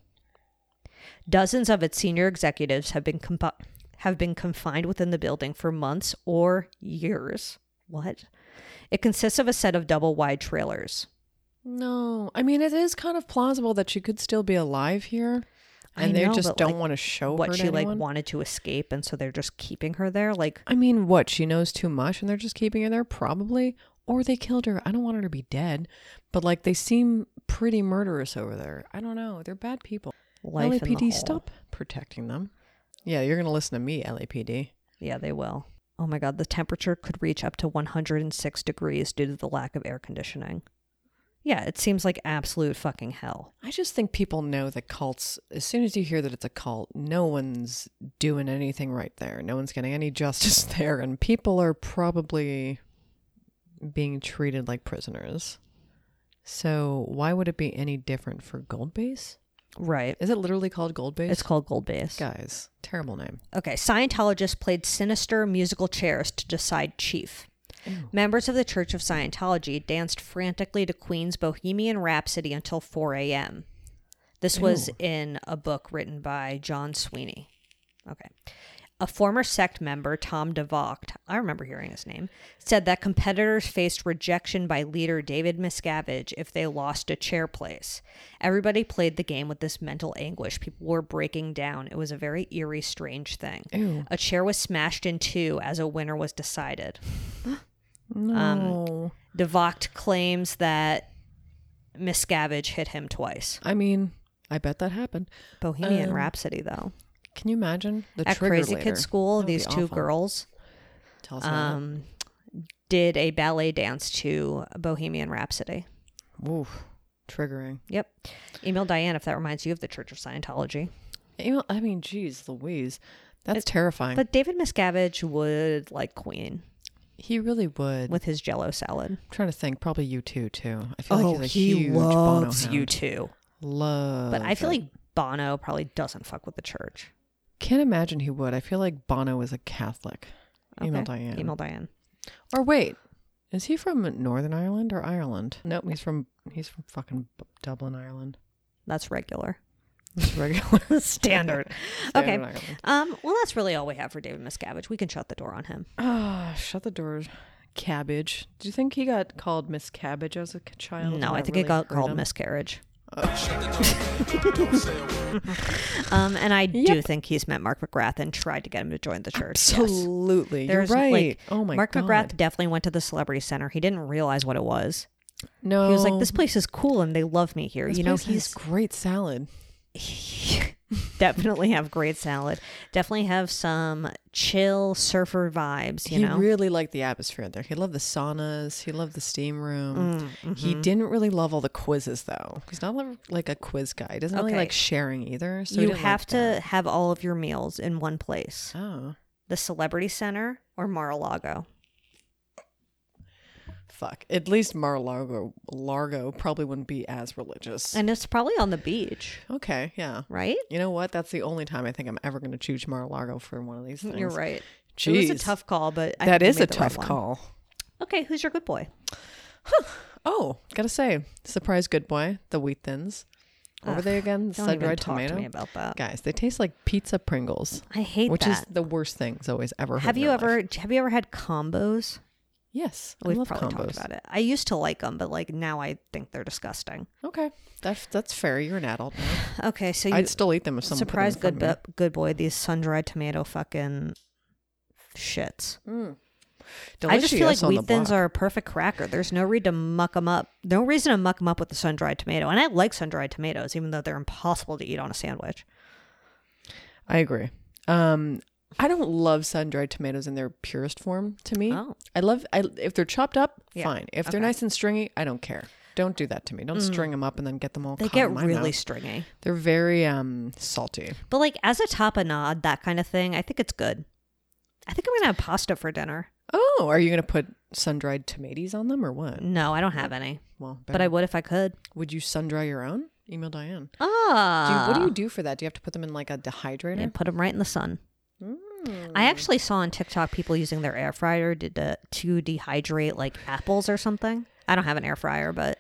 Speaker 3: Dozens of its senior executives have been compi- have been confined within the building for months or years. What? It consists of a set of double wide trailers.
Speaker 2: No, I mean it is kind of plausible that she could still be alive here,
Speaker 3: I
Speaker 2: and they
Speaker 3: know,
Speaker 2: just
Speaker 3: but,
Speaker 2: don't
Speaker 3: like,
Speaker 2: want to show
Speaker 3: what
Speaker 2: her
Speaker 3: she
Speaker 2: to
Speaker 3: like
Speaker 2: anyone.
Speaker 3: wanted to escape, and so they're just keeping her there. Like
Speaker 2: I mean, what she knows too much, and they're just keeping her there, probably, or they killed her. I don't want her to be dead, but like they seem pretty murderous over there. I don't know. They're bad people.
Speaker 3: life in the
Speaker 2: LAPD,
Speaker 3: hole.
Speaker 2: stop protecting them. Yeah, you're gonna listen to me, LAPD.
Speaker 3: Yeah, they will. Oh my god, the temperature could reach up to 106 degrees due to the lack of air conditioning. Yeah, it seems like absolute fucking hell.
Speaker 2: I just think people know that cults, as soon as you hear that it's a cult, no one's doing anything right there. No one's getting any justice there. And people are probably being treated like prisoners. So why would it be any different for Gold Base?
Speaker 3: Right.
Speaker 2: Is it literally called Gold Base?
Speaker 3: It's called Gold Base.
Speaker 2: Guys, terrible name.
Speaker 3: Okay, Scientologists played sinister musical chairs to decide chief. Members of the Church of Scientology danced frantically to Queen's Bohemian Rhapsody until 4 a.m. This was
Speaker 2: Ew.
Speaker 3: in a book written by John Sweeney. Okay. A former sect member, Tom DeVocht, I remember hearing his name, said that competitors faced rejection by leader David Miscavige if they lost a chair place. Everybody played the game with this mental anguish. People were breaking down. It was a very eerie, strange thing.
Speaker 2: Ew.
Speaker 3: A chair was smashed in two as a winner was decided.
Speaker 2: Um,
Speaker 3: Oh.
Speaker 2: No.
Speaker 3: DeVocht claims that Miscavige hit him twice.
Speaker 2: I mean, I bet that happened.
Speaker 3: Bohemian
Speaker 2: Um,
Speaker 3: Rhapsody, though.
Speaker 2: Can you imagine the
Speaker 3: At
Speaker 2: trigger
Speaker 3: Crazy
Speaker 2: later?
Speaker 3: Kid School,
Speaker 2: That would be
Speaker 3: these two
Speaker 2: awful.
Speaker 3: girls
Speaker 2: Tell us about it.
Speaker 3: um, did a ballet dance to Bohemian Rhapsody.
Speaker 2: Oof, triggering.
Speaker 3: Yep. Email Diane if that reminds you of the Church of Scientology.
Speaker 2: You know, I mean, geez, Louise, that's terrifying.
Speaker 3: But David Miscavige would like Queen
Speaker 2: he really would.
Speaker 3: with his jello salad.
Speaker 2: I'm trying to think, probably you too, too. I feel like he's a huge Bono hound.
Speaker 3: Oh,
Speaker 2: Oh,
Speaker 3: you too.
Speaker 2: Love.
Speaker 3: But I feel
Speaker 2: it.
Speaker 3: like Bono probably doesn't fuck with the church.
Speaker 2: can't imagine he would. I feel like Bono is a Catholic. Email
Speaker 3: Okay?
Speaker 2: Diane.
Speaker 3: Email Diane.
Speaker 2: Or wait, is he from Northern Ireland or Ireland? Nope, he's from he's from fucking B- Dublin, Ireland.
Speaker 3: That's regular.
Speaker 2: He's regular.
Speaker 3: Standard. okay.
Speaker 2: Standard Ireland.
Speaker 3: Um, well, that's really all we have for David Miscavige. We can shut the door on him.
Speaker 2: Ah, shut the door. Cabbage. Do you think he got called Miss Cabbage as a k- child?
Speaker 3: No,
Speaker 2: and
Speaker 3: I
Speaker 2: that
Speaker 3: think it
Speaker 2: really
Speaker 3: got
Speaker 2: hurt
Speaker 3: called
Speaker 2: him?
Speaker 3: miscarriage. um, and I do
Speaker 2: Yep.
Speaker 3: think he's met Mark McGrath and tried to get him to join the church. yes.
Speaker 2: Absolutely. You're right.
Speaker 3: like,
Speaker 2: oh my
Speaker 3: Mark
Speaker 2: god.
Speaker 3: McGrath definitely went to the Celebrity Center. He didn't realize what it was.
Speaker 2: No.
Speaker 3: He was like, "This place is cool, and they love me here."
Speaker 2: Oh. This
Speaker 3: you know,
Speaker 2: place has
Speaker 3: he's
Speaker 2: great salad.
Speaker 3: definitely have great salad. Definitely have some chill surfer vibes. You
Speaker 2: he
Speaker 3: know,
Speaker 2: really liked the atmosphere in there. He loved the saunas. He loved the steam room.
Speaker 3: Mm,
Speaker 2: He
Speaker 3: mm-hmm.
Speaker 2: didn't really love all the quizzes though. He's not like- like a quiz guy. He doesn't really
Speaker 3: Okay.
Speaker 2: like sharing either. So he
Speaker 3: you
Speaker 2: didn't like
Speaker 3: have to
Speaker 2: that.
Speaker 3: have all of your meals in one place:
Speaker 2: Oh
Speaker 3: the Celebrity Center or Mar-a-Lago.
Speaker 2: fuck! At least Mar Largo Largo probably wouldn't be as religious.
Speaker 3: And it's probably on the beach,
Speaker 2: okay, yeah.
Speaker 3: right?
Speaker 2: You know what? That's the only time I think I'm ever going to choose Mar Largo for one of these things.
Speaker 3: You're right.
Speaker 2: Jeez.
Speaker 3: It was a tough call, but I
Speaker 2: that
Speaker 3: think we
Speaker 2: is
Speaker 3: made
Speaker 2: a
Speaker 3: the right
Speaker 2: tough
Speaker 3: one.
Speaker 2: call.
Speaker 3: Okay, who's your good boy?
Speaker 2: Oh, gotta say, surprise, good boy. The wheat thins. What were
Speaker 3: Ugh,
Speaker 2: they again?
Speaker 3: don't
Speaker 2: Sun
Speaker 3: even
Speaker 2: dried
Speaker 3: talk to
Speaker 2: tomato.
Speaker 3: me about that.
Speaker 2: Guys, they taste like pizza Pringles,
Speaker 3: I hate
Speaker 2: which is
Speaker 3: that.
Speaker 2: the worst thing Zoe's ever. heard
Speaker 3: have
Speaker 2: in
Speaker 3: you
Speaker 2: her life.
Speaker 3: ever have you ever had combos?
Speaker 2: Yes, I
Speaker 3: We've
Speaker 2: love
Speaker 3: probably
Speaker 2: combos.
Speaker 3: talked about it. I used to like them, but like now I think they're disgusting.
Speaker 2: Okay, that's that's fair. You're an adult. Now.
Speaker 3: Okay, so you
Speaker 2: I'd still eat them if someone
Speaker 3: surprise
Speaker 2: put them
Speaker 3: good
Speaker 2: in front
Speaker 3: bu- good boy these sun dried tomato fucking shits.
Speaker 2: Mm, of me.
Speaker 3: I just feel like
Speaker 2: Delicious on the
Speaker 3: wheat thins
Speaker 2: block.
Speaker 3: are a perfect cracker. There's no reason to muck them up. No reason to muck them up with the sun dried tomato. And I like sun dried tomatoes, even though they're impossible to eat on a sandwich.
Speaker 2: I agree. Um, I don't love sun dried tomatoes in their purest form. To me,
Speaker 3: Oh.
Speaker 2: I love I, if they're chopped up.
Speaker 3: Yeah,
Speaker 2: Fine. If they're
Speaker 3: okay. Mm.
Speaker 2: nice and stringy, I don't care. Don't do that to me. Don't string them up and then get them all.
Speaker 3: They
Speaker 2: caught
Speaker 3: get
Speaker 2: in my
Speaker 3: really
Speaker 2: mouth.
Speaker 3: stringy.
Speaker 2: They're very um salty.
Speaker 3: But like as a tapenade, that kind of thing, I think it's good. I think I'm gonna have pasta for dinner.
Speaker 2: Oh, are you gonna put sun dried tomatoes on them or what?
Speaker 3: No, I don't have any,
Speaker 2: Well,
Speaker 3: Mm. but I would if I could.
Speaker 2: would you sun dry your own? Email Diane. Do you,
Speaker 3: Ah,
Speaker 2: what do you do for that? Do you have to put them in like a dehydrator?
Speaker 3: and put them right in the sun.
Speaker 2: Mm.
Speaker 3: I actually saw on TikTok people using their air fryer to, de- to dehydrate like apples or something. I don't have an air fryer, but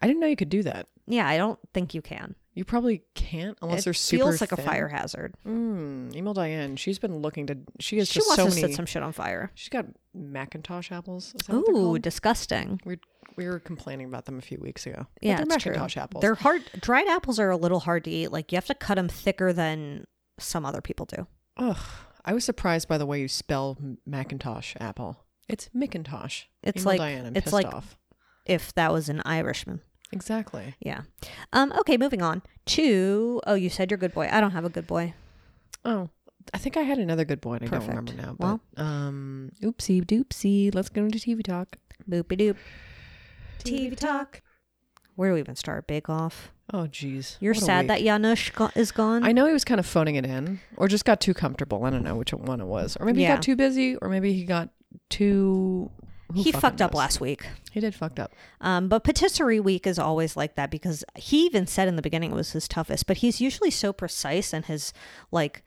Speaker 2: I didn't know you could do that.
Speaker 3: yeah, I don't think you can.
Speaker 2: You probably can't unless
Speaker 3: it
Speaker 2: they're super.
Speaker 3: feels like
Speaker 2: thin.
Speaker 3: a fire hazard.
Speaker 2: Mm, email Diane. She's been looking to. She has
Speaker 3: she
Speaker 2: just
Speaker 3: wants
Speaker 2: so
Speaker 3: to
Speaker 2: many.
Speaker 3: set some shit on fire.
Speaker 2: she's got Macintosh apples. Is that what they're
Speaker 3: Ooh,
Speaker 2: called?
Speaker 3: disgusting.
Speaker 2: we we were complaining about them a few weeks ago. But
Speaker 3: Yeah,
Speaker 2: they're
Speaker 3: it's true.
Speaker 2: Macintosh apples.
Speaker 3: They're hard. Dried apples are a little hard to eat. Like you have to cut them thicker than some other people do.
Speaker 2: Ugh, I was surprised by the way you spell M- Macintosh apple. It's Macintosh.
Speaker 3: It's
Speaker 2: Email
Speaker 3: like-
Speaker 2: Diane. I'm
Speaker 3: it's
Speaker 2: pissed
Speaker 3: like-
Speaker 2: off.
Speaker 3: If that was an Irishman,
Speaker 2: Exactly.
Speaker 3: yeah. Um. Okay, moving on to. Oh, you said you're good boy. I don't have a good boy.
Speaker 2: Oh, I think I had another good point. I don't remember
Speaker 3: Perfect.
Speaker 2: now. But, um, oopsie doopsie. Let's go into TV talk.
Speaker 3: Boopy doop. TV talk. Where do we even start? Bake off.
Speaker 2: Oh, jeez.
Speaker 3: You're
Speaker 2: What a
Speaker 3: sad
Speaker 2: week.
Speaker 3: that Janusz go- is gone.
Speaker 2: I know he was kind of phoning it in, or just got too comfortable. I don't know which one it was, or maybe he
Speaker 3: Yeah.
Speaker 2: got too busy, or maybe he got too. who
Speaker 3: he
Speaker 2: fucking
Speaker 3: fucked up
Speaker 2: knows?
Speaker 3: last week.
Speaker 2: He did fucked up.
Speaker 3: Um, but patisserie week is always like that because he even said in the beginning it was his toughest, but he's usually so precise and his like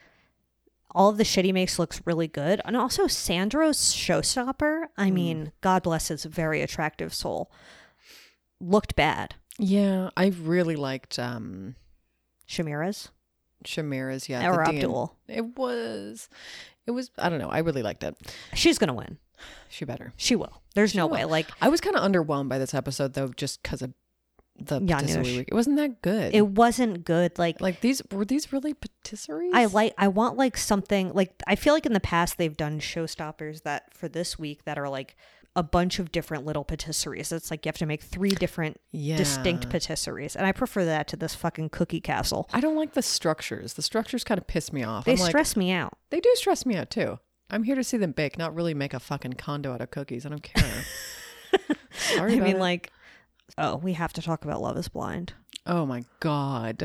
Speaker 3: all of the shit he makes looks really good. And also Sandro's showstopper, I
Speaker 2: Mm.
Speaker 3: mean, God bless his very attractive soul, looked bad.
Speaker 2: Yeah, I really liked um
Speaker 3: Shamira's.
Speaker 2: Shamira's. Yeah,
Speaker 3: Or
Speaker 2: the Dean.
Speaker 3: Abdul.
Speaker 2: It was, it was. I don't know. I really liked it.
Speaker 3: She's gonna win.
Speaker 2: She better.
Speaker 3: She will. There's no
Speaker 2: She
Speaker 3: way.
Speaker 2: will.
Speaker 3: Like
Speaker 2: I was kind of underwhelmed by this episode though, just because of the
Speaker 3: Yeah,
Speaker 2: patisserie
Speaker 3: Nush.
Speaker 2: week. It wasn't that good.
Speaker 3: it wasn't good. Like
Speaker 2: like these were these really patisseries?
Speaker 3: I like I want like something like I feel like in the past they've done showstoppers that for this week that are like a bunch of different little patisseries. It's like you have to make three different distinct
Speaker 2: Yeah.
Speaker 3: patisseries. And I prefer that to this fucking cookie castle.
Speaker 2: I don't like the structures. The structures kind of piss me off.
Speaker 3: They
Speaker 2: I'm like,
Speaker 3: stress me out.
Speaker 2: They do stress me out too. I'm here to see them bake, not really make a fucking condo out of cookies. I don't care. Sorry
Speaker 3: I
Speaker 2: about
Speaker 3: mean
Speaker 2: it.
Speaker 3: like oh, we have to talk about Love is Blind.
Speaker 2: oh my god,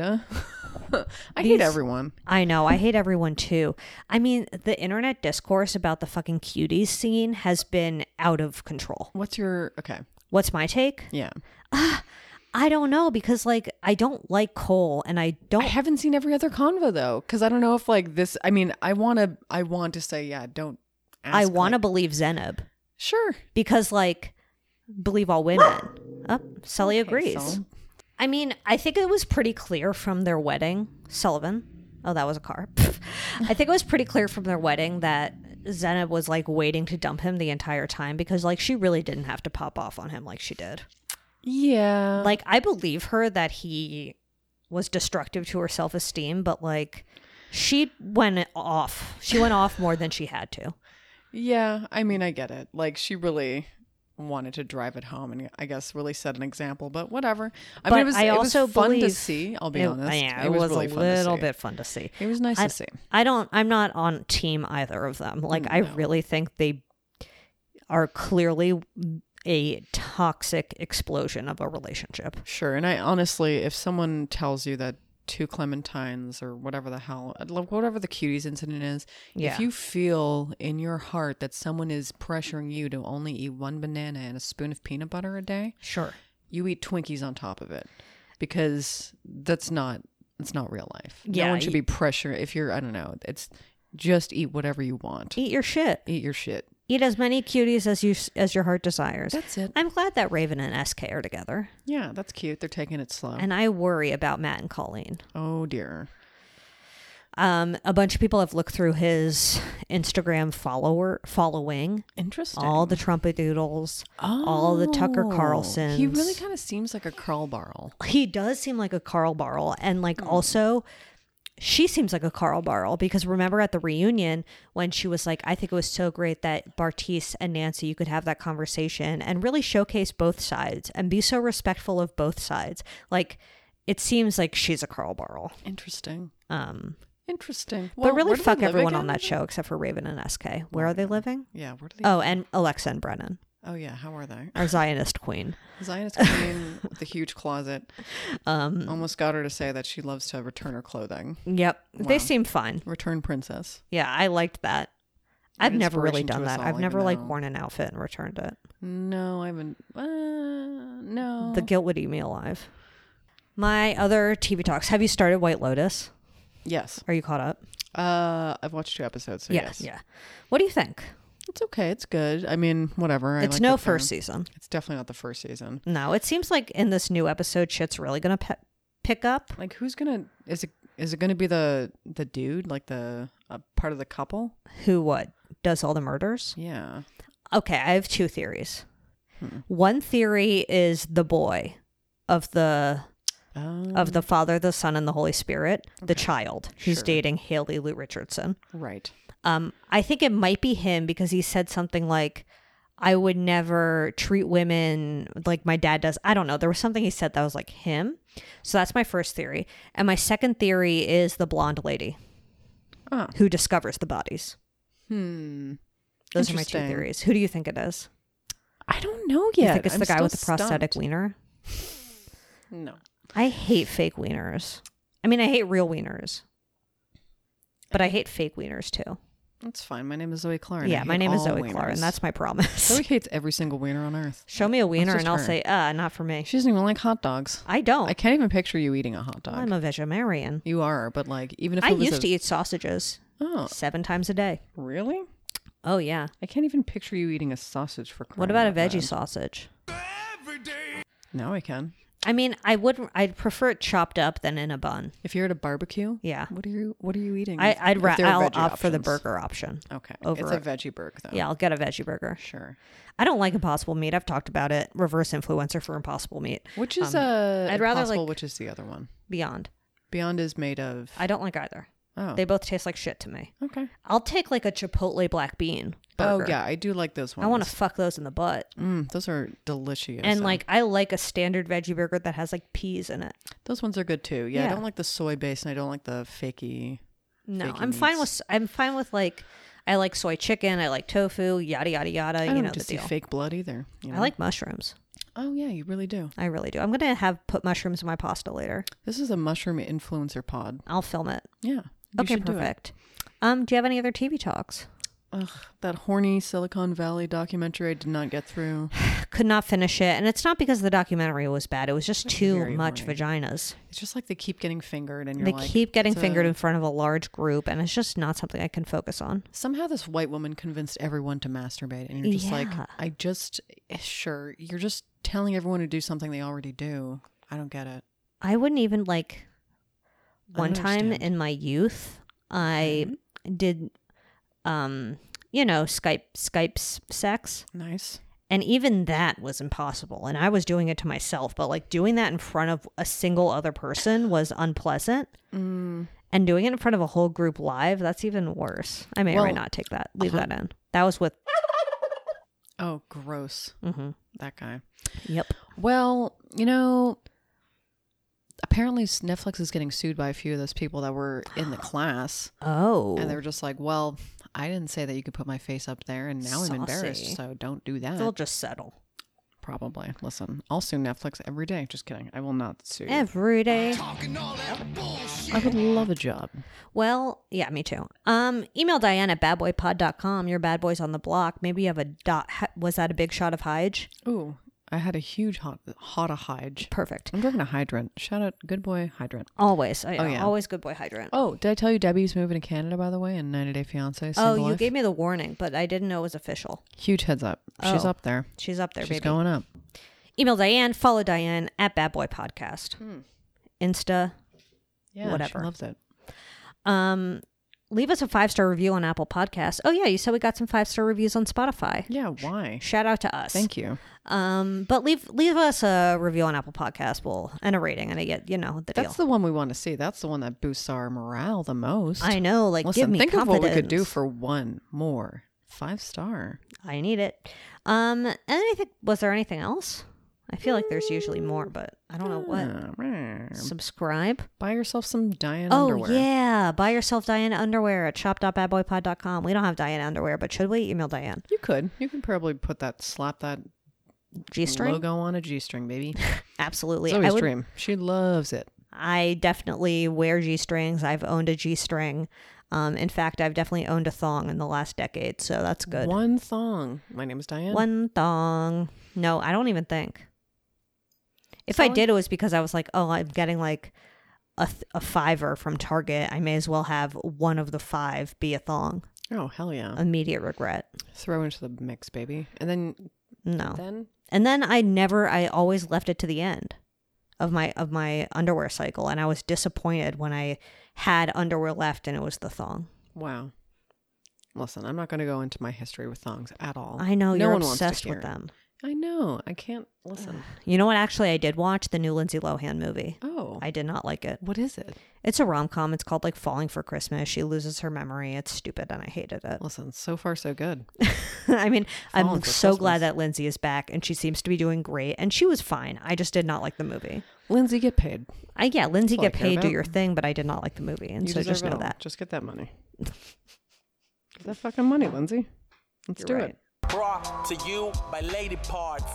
Speaker 2: I hate everyone.
Speaker 3: I know. I hate everyone too. I mean, the internet discourse about the fucking cuties scene has been out of control.
Speaker 2: What's your okay?
Speaker 3: What's my take?
Speaker 2: Yeah,
Speaker 3: I don't know because like I don't like Cole and I
Speaker 2: I
Speaker 3: don't
Speaker 2: haven't seen every other convo though, because I don't know if like this. I mean, I want to. I want to say yeah. Don't. Ask,
Speaker 3: I want to
Speaker 2: like-
Speaker 3: believe Zeneb
Speaker 2: Sure.
Speaker 3: because, like, believe all women. Up, Sully agrees.
Speaker 2: Sol.
Speaker 3: I mean, I think it was pretty clear from their wedding, Sullivan. Oh, that was a car. I think it was pretty clear from their wedding that Zeneb was like waiting to dump him the entire time because, like, she really didn't have to pop off on him like she did.
Speaker 2: Yeah.
Speaker 3: Like, I believe her that he was destructive to her self esteem, but like, she went off. She went off more than she had to.
Speaker 2: Yeah, I mean, I get it. Like, she really wanted to drive it home, and I guess really set an example. But whatever. I mean,
Speaker 3: But
Speaker 2: it was,
Speaker 3: I
Speaker 2: it was
Speaker 3: also
Speaker 2: fun to
Speaker 3: believe-
Speaker 2: see. I'll be
Speaker 3: It-
Speaker 2: honest.
Speaker 3: Yeah, it, was,
Speaker 2: really
Speaker 3: a
Speaker 2: fun to
Speaker 3: little
Speaker 2: see.
Speaker 3: bit fun to see.
Speaker 2: It was nice
Speaker 3: I,
Speaker 2: to see.
Speaker 3: I don't. I'm not on team either of them. Like, I really think they are clearly a toxic explosion of a relationship.
Speaker 2: Sure, and I honestly, if someone tells you that two clementines or whatever the hell, uh, like, whatever the cuties incident is,
Speaker 3: Yeah.
Speaker 2: if you feel in your heart that someone is pressuring you to only eat one banana and a spoon of peanut butter a day,
Speaker 3: Sure.
Speaker 2: you eat Twinkies on top of it because that's not it's not real life.
Speaker 3: Yeah,
Speaker 2: no one should
Speaker 3: you-
Speaker 2: be pressure if you're I don't know. It's just eat whatever you want. Eat,
Speaker 3: Eat your shit.
Speaker 2: your shit.
Speaker 3: Eat as many cuties as you as your heart desires.
Speaker 2: That's it.
Speaker 3: I'm glad that Raven and SK are together,
Speaker 2: yeah, that's cute. They're taking it slow.
Speaker 3: and I worry about Matt and Colleen.
Speaker 2: oh dear.
Speaker 3: Um, a bunch of people have looked through his Instagram follower following,
Speaker 2: Interesting.
Speaker 3: all the Trumpet Doodles, all the Tucker
Speaker 2: Oh,
Speaker 3: Carlsons.
Speaker 2: He really kind of seems like a Carl Barrel.
Speaker 3: he does seem like a Carl Barrel, and like
Speaker 2: Hmm.
Speaker 3: also, she seems like a Carl Barrel because remember at the reunion when she was like, "I think it was so great that Bartice and Nancy, you could have that conversation and really showcase both sides and be so respectful of both sides." Like, it seems like she's a Carl Barrel,
Speaker 2: Interesting.
Speaker 3: um,
Speaker 2: Interesting.
Speaker 3: but really
Speaker 2: where do they
Speaker 3: fuck
Speaker 2: live
Speaker 3: everyone
Speaker 2: again?
Speaker 3: on that show except for Raven and SK. Where are they living?
Speaker 2: Yeah, where do they
Speaker 3: Oh, and Alexa and Brennan,
Speaker 2: Oh yeah, how are they?
Speaker 3: our Zionist queen.
Speaker 2: Zionist queen with the huge closet. Um almost got her to say that she loves to return her clothing.
Speaker 3: Yep, they seem fine.
Speaker 2: Return princess.
Speaker 3: Yeah, I liked that. I've never really
Speaker 2: inspiration to
Speaker 3: done
Speaker 2: us
Speaker 3: that.
Speaker 2: all,
Speaker 3: I've
Speaker 2: even
Speaker 3: never like
Speaker 2: though-
Speaker 3: worn an outfit and returned it.
Speaker 2: No, I haven't. Uh, no.
Speaker 3: The guilt would eat me alive. My other TV talks. Have you started White Lotus?
Speaker 2: yes.
Speaker 3: Are you caught up?
Speaker 2: Uh, I've watched two episodes. So yes.
Speaker 3: Yeah. What do you think?
Speaker 2: It's okay. It's good. I mean, whatever. I
Speaker 3: it's
Speaker 2: like
Speaker 3: no
Speaker 2: it for-
Speaker 3: first season.
Speaker 2: It's definitely not the first season.
Speaker 3: No, it seems like in this new episode, shit's really gonna pe- pick up.
Speaker 2: Like, who's gonna? Is it? Is it gonna be the the dude? Like the uh, part of the couple?
Speaker 3: Who what does all the murders?
Speaker 2: Yeah.
Speaker 3: Okay, I have two theories.
Speaker 2: Hmm.
Speaker 3: One theory is the boy of the
Speaker 2: Oh,
Speaker 3: of the Father, the Son, and the Holy Spirit, the child who's
Speaker 2: Sure.
Speaker 3: dating Haley Lou Richardson.
Speaker 2: right.
Speaker 3: Um, I think it might be him because he said something like, "I would never treat women like my dad does." I don't know. There was something he said that was like him. So that's my first theory, and my second theory is the blonde lady
Speaker 2: Ah.
Speaker 3: who discovers the bodies.
Speaker 2: Hmm.
Speaker 3: Those are my two
Speaker 2: Interesting.
Speaker 3: theories. Who do you think it is?
Speaker 2: I don't know
Speaker 3: You
Speaker 2: yet.
Speaker 3: think it's
Speaker 2: I'm
Speaker 3: the guy
Speaker 2: still
Speaker 3: with the prosthetic
Speaker 2: stumped.
Speaker 3: wiener?
Speaker 2: No.
Speaker 3: I hate fake wieners. I mean, I hate real wieners, but I hate fake wieners too.
Speaker 2: That's fine. My name is Zoe Clark.
Speaker 3: yeah, my name is Zoe Clark, and that's my promise.
Speaker 2: Zoe hates every single wiener on earth.
Speaker 3: Show me a wiener
Speaker 2: just
Speaker 3: and I'll
Speaker 2: her.
Speaker 3: say, uh, not for me.
Speaker 2: She doesn't even like hot dogs.
Speaker 3: I don't.
Speaker 2: I can't even picture you eating a hot dog.
Speaker 3: Oh. I'm a vegetarian.
Speaker 2: you are, but like even if
Speaker 3: I
Speaker 2: it was
Speaker 3: used
Speaker 2: a-
Speaker 3: to eat sausages
Speaker 2: Oh,
Speaker 3: seven times a day.
Speaker 2: really?
Speaker 3: Oh, yeah.
Speaker 2: I can't even picture you eating a sausage for.
Speaker 3: What
Speaker 2: crying
Speaker 3: about a
Speaker 2: out loud.
Speaker 3: veggie sausage?
Speaker 2: Now I can.
Speaker 3: I mean, I would, I'd prefer it chopped up than in a bun.
Speaker 2: If you're at a barbecue,
Speaker 3: Yeah.
Speaker 2: What are you What are you eating?
Speaker 3: I, I'd
Speaker 2: If
Speaker 3: ra-
Speaker 2: there are
Speaker 3: I'll opt
Speaker 2: veggie
Speaker 3: for the
Speaker 2: options. Oh.
Speaker 3: burger option.
Speaker 2: Okay,
Speaker 3: over
Speaker 2: it's a
Speaker 3: it.
Speaker 2: veggie burger though.
Speaker 3: Yeah, I'll get a veggie burger.
Speaker 2: sure.
Speaker 3: I don't like Impossible Meat. I've talked about it. Reverse influencer for Impossible Meat.
Speaker 2: Which is
Speaker 3: Um,
Speaker 2: uh,
Speaker 3: I'd rather,
Speaker 2: Impossible,
Speaker 3: like-
Speaker 2: which is the other one.
Speaker 3: Beyond.
Speaker 2: Beyond is made of.
Speaker 3: I don't like either.
Speaker 2: oh,
Speaker 3: They both taste like shit to me.
Speaker 2: okay.
Speaker 3: I'll take like a Chipotle black bean. Burger.
Speaker 2: Oh yeah, I do like those ones.
Speaker 3: I want to fuck those in the butt.
Speaker 2: Mm, those are delicious.
Speaker 3: and like I like a standard veggie burger that has like peas in it.
Speaker 2: those ones are good too. Yeah, I
Speaker 3: Yeah.
Speaker 2: don't like the soy base, and I don't like the fakey.
Speaker 3: No,
Speaker 2: Bacon
Speaker 3: I'm fine
Speaker 2: meats.
Speaker 3: with I'm fine with like I like soy chicken, I like tofu, yada yada yada.
Speaker 2: I
Speaker 3: Uh, you
Speaker 2: don't
Speaker 3: know the
Speaker 2: just
Speaker 3: deal.
Speaker 2: see fake blood either. you
Speaker 3: I
Speaker 2: know?
Speaker 3: like mushrooms.
Speaker 2: Oh yeah, you really do.
Speaker 3: I really do. I'm gonna have put mushrooms in my pasta later.
Speaker 2: This is a mushroom influencer pod.
Speaker 3: I'll film it.
Speaker 2: Yeah. you
Speaker 3: okay,
Speaker 2: should do it.
Speaker 3: perfect. Um, do you have any other TV talks?
Speaker 2: Ugh, that horny Silicon Valley documentary I did not get through.
Speaker 3: Could not finish it, and it's not because the documentary was bad. It was just too
Speaker 2: very
Speaker 3: much
Speaker 2: horny.
Speaker 3: vaginas.
Speaker 2: It's just like they keep getting fingered, and you're
Speaker 3: they
Speaker 2: like,
Speaker 3: keep getting
Speaker 2: it's a-
Speaker 3: fingered in front of a large group, and it's just not something I can focus on.
Speaker 2: Somehow, this white woman convinced everyone to masturbate, and you're just like,
Speaker 3: Yeah.
Speaker 2: I just eh, sure you're just telling everyone to do something they already do. I don't get it.
Speaker 3: I wouldn't even like
Speaker 2: I
Speaker 3: one
Speaker 2: don't
Speaker 3: time
Speaker 2: understand. Mm-hmm.
Speaker 3: in my youth I did um you know Skype Skype's sex
Speaker 2: Nice.
Speaker 3: and even that was impossible and I was doing it to myself but like doing that in front of a single other person was unpleasant
Speaker 2: Mm.
Speaker 3: and doing it in front of a whole group live that's even worse I may or may
Speaker 2: Well, uh-huh.
Speaker 3: not take that leave that in that was with
Speaker 2: Oh, gross.
Speaker 3: mhm.
Speaker 2: That guy.
Speaker 3: yep
Speaker 2: Well, you know, apparently s- Netflix is getting sued by a few of those people that were in the class,
Speaker 3: oh
Speaker 2: and they were just like, "Well, I didn't say that you could put my face up there, and now I'm
Speaker 3: Saucy.
Speaker 2: embarrassed, so don't do that."
Speaker 3: they'll just settle
Speaker 2: Probably. Listen, I'll sue Netflix every day. Just kidding. I will not sue.
Speaker 3: every day
Speaker 2: I would love a job.
Speaker 3: Well, yeah, me too. Um, email Diane at badboypod.com. Your bad boys on the block. Maybe you have a dot. ha- Was that a big shot of Hyge?
Speaker 2: Ooh, I had a huge hot hot a hyge.
Speaker 3: Perfect.
Speaker 2: I'm drinking a hydrant. Shout out, good boy hydrant.
Speaker 3: Always. I,
Speaker 2: Oh, yeah.
Speaker 3: Always good boy hydrant.
Speaker 2: Oh, did I tell you Debbie's moving to Canada by the way? And 90 Day Fiance.
Speaker 3: Oh, you
Speaker 2: life?
Speaker 3: gave me the warning, but I didn't know it was official.
Speaker 2: huge heads up. She's
Speaker 3: Oh.
Speaker 2: up there.
Speaker 3: She's up there,
Speaker 2: She's
Speaker 3: baby.
Speaker 2: going up.
Speaker 3: Email Diane. Follow Diane at Bad Boy Podcast. Insta.
Speaker 2: Yeah,
Speaker 3: Whatever.
Speaker 2: She loves it.
Speaker 3: Um, leave us a five star review on Apple Podcasts. Oh yeah, you said we got some five star reviews on Spotify.
Speaker 2: Yeah. Why?
Speaker 3: Shout out to us.
Speaker 2: Thank you.
Speaker 3: Um, but leave leave us a review on Apple Podcasts, well, and a rating, and I get you know the deal.
Speaker 2: That's the one we want to see. That's the one that boosts our morale the most.
Speaker 3: I know, like
Speaker 2: Listen,
Speaker 3: give me
Speaker 2: think
Speaker 3: confidence.
Speaker 2: of what we could do for one more five star.
Speaker 3: I need it. Um, and I think was there anything else? I feel like there's usually more,
Speaker 2: Mm,
Speaker 3: but I don't know what. Subscribe.
Speaker 2: Buy yourself some Diane
Speaker 3: Oh
Speaker 2: underwear.
Speaker 3: yeah, buy yourself Diana underwear at shop.badboypod.com. We don't have Diana underwear, but should we email Diane?
Speaker 2: You could. You could probably put that, slap that
Speaker 3: G string.
Speaker 2: logo on a G string, baby.
Speaker 3: Absolutely.
Speaker 2: Zoe's
Speaker 3: I would.
Speaker 2: dream. She loves it.
Speaker 3: I definitely wear G strings. I've owned a G string. Um, in fact, I've definitely owned a thong in the last decade, so that's good.
Speaker 2: One thong. My name is Diane.
Speaker 3: One thong. No, I don't even think. If I
Speaker 2: Solid.
Speaker 3: did, it was because I was like, oh, I'm getting like a, th- a fiver from Target. I may as well have one of the five be a thong.
Speaker 2: Oh hell yeah!
Speaker 3: Immediate regret.
Speaker 2: Throw into the mix, baby, and then
Speaker 3: No.
Speaker 2: then
Speaker 3: And then I never I always left it to the end of my of my underwear cycle and I was disappointed when I had underwear left and it was the thong.
Speaker 2: wow. Listen, I'm not going to go into my history with thongs at all.
Speaker 3: I
Speaker 2: No
Speaker 3: know you're
Speaker 2: one wants to
Speaker 3: obsessed with
Speaker 2: hear it.
Speaker 3: them.
Speaker 2: I know. I can't listen.
Speaker 3: You know what actually I did watch the new Lindsay Lohan movie.
Speaker 2: Oh,
Speaker 3: I did not like it.
Speaker 2: what is it?
Speaker 3: It's a rom-com. It's called like Falling for Christmas. She loses her memory. It's stupid and I hated it.
Speaker 2: Listen, so far so good.
Speaker 3: I mean, I'm
Speaker 2: Falling for
Speaker 3: so glad
Speaker 2: Christmas.
Speaker 3: that Lindsay is back and she seems to be doing great and she was fine. I just did not like the movie.
Speaker 2: Lindsay, get paid.
Speaker 3: I yeah, Lindsay
Speaker 2: all I
Speaker 3: get
Speaker 2: care
Speaker 3: paid do
Speaker 2: about.
Speaker 3: your thing, but I did not like the movie and
Speaker 2: You
Speaker 3: so
Speaker 2: deserve
Speaker 3: just
Speaker 2: it
Speaker 3: know
Speaker 2: all.
Speaker 3: that.
Speaker 2: Just get that money. get that fucking money, Lindsay. Let's do
Speaker 3: You're right.
Speaker 2: it.
Speaker 1: Brought to you by Lady Parts.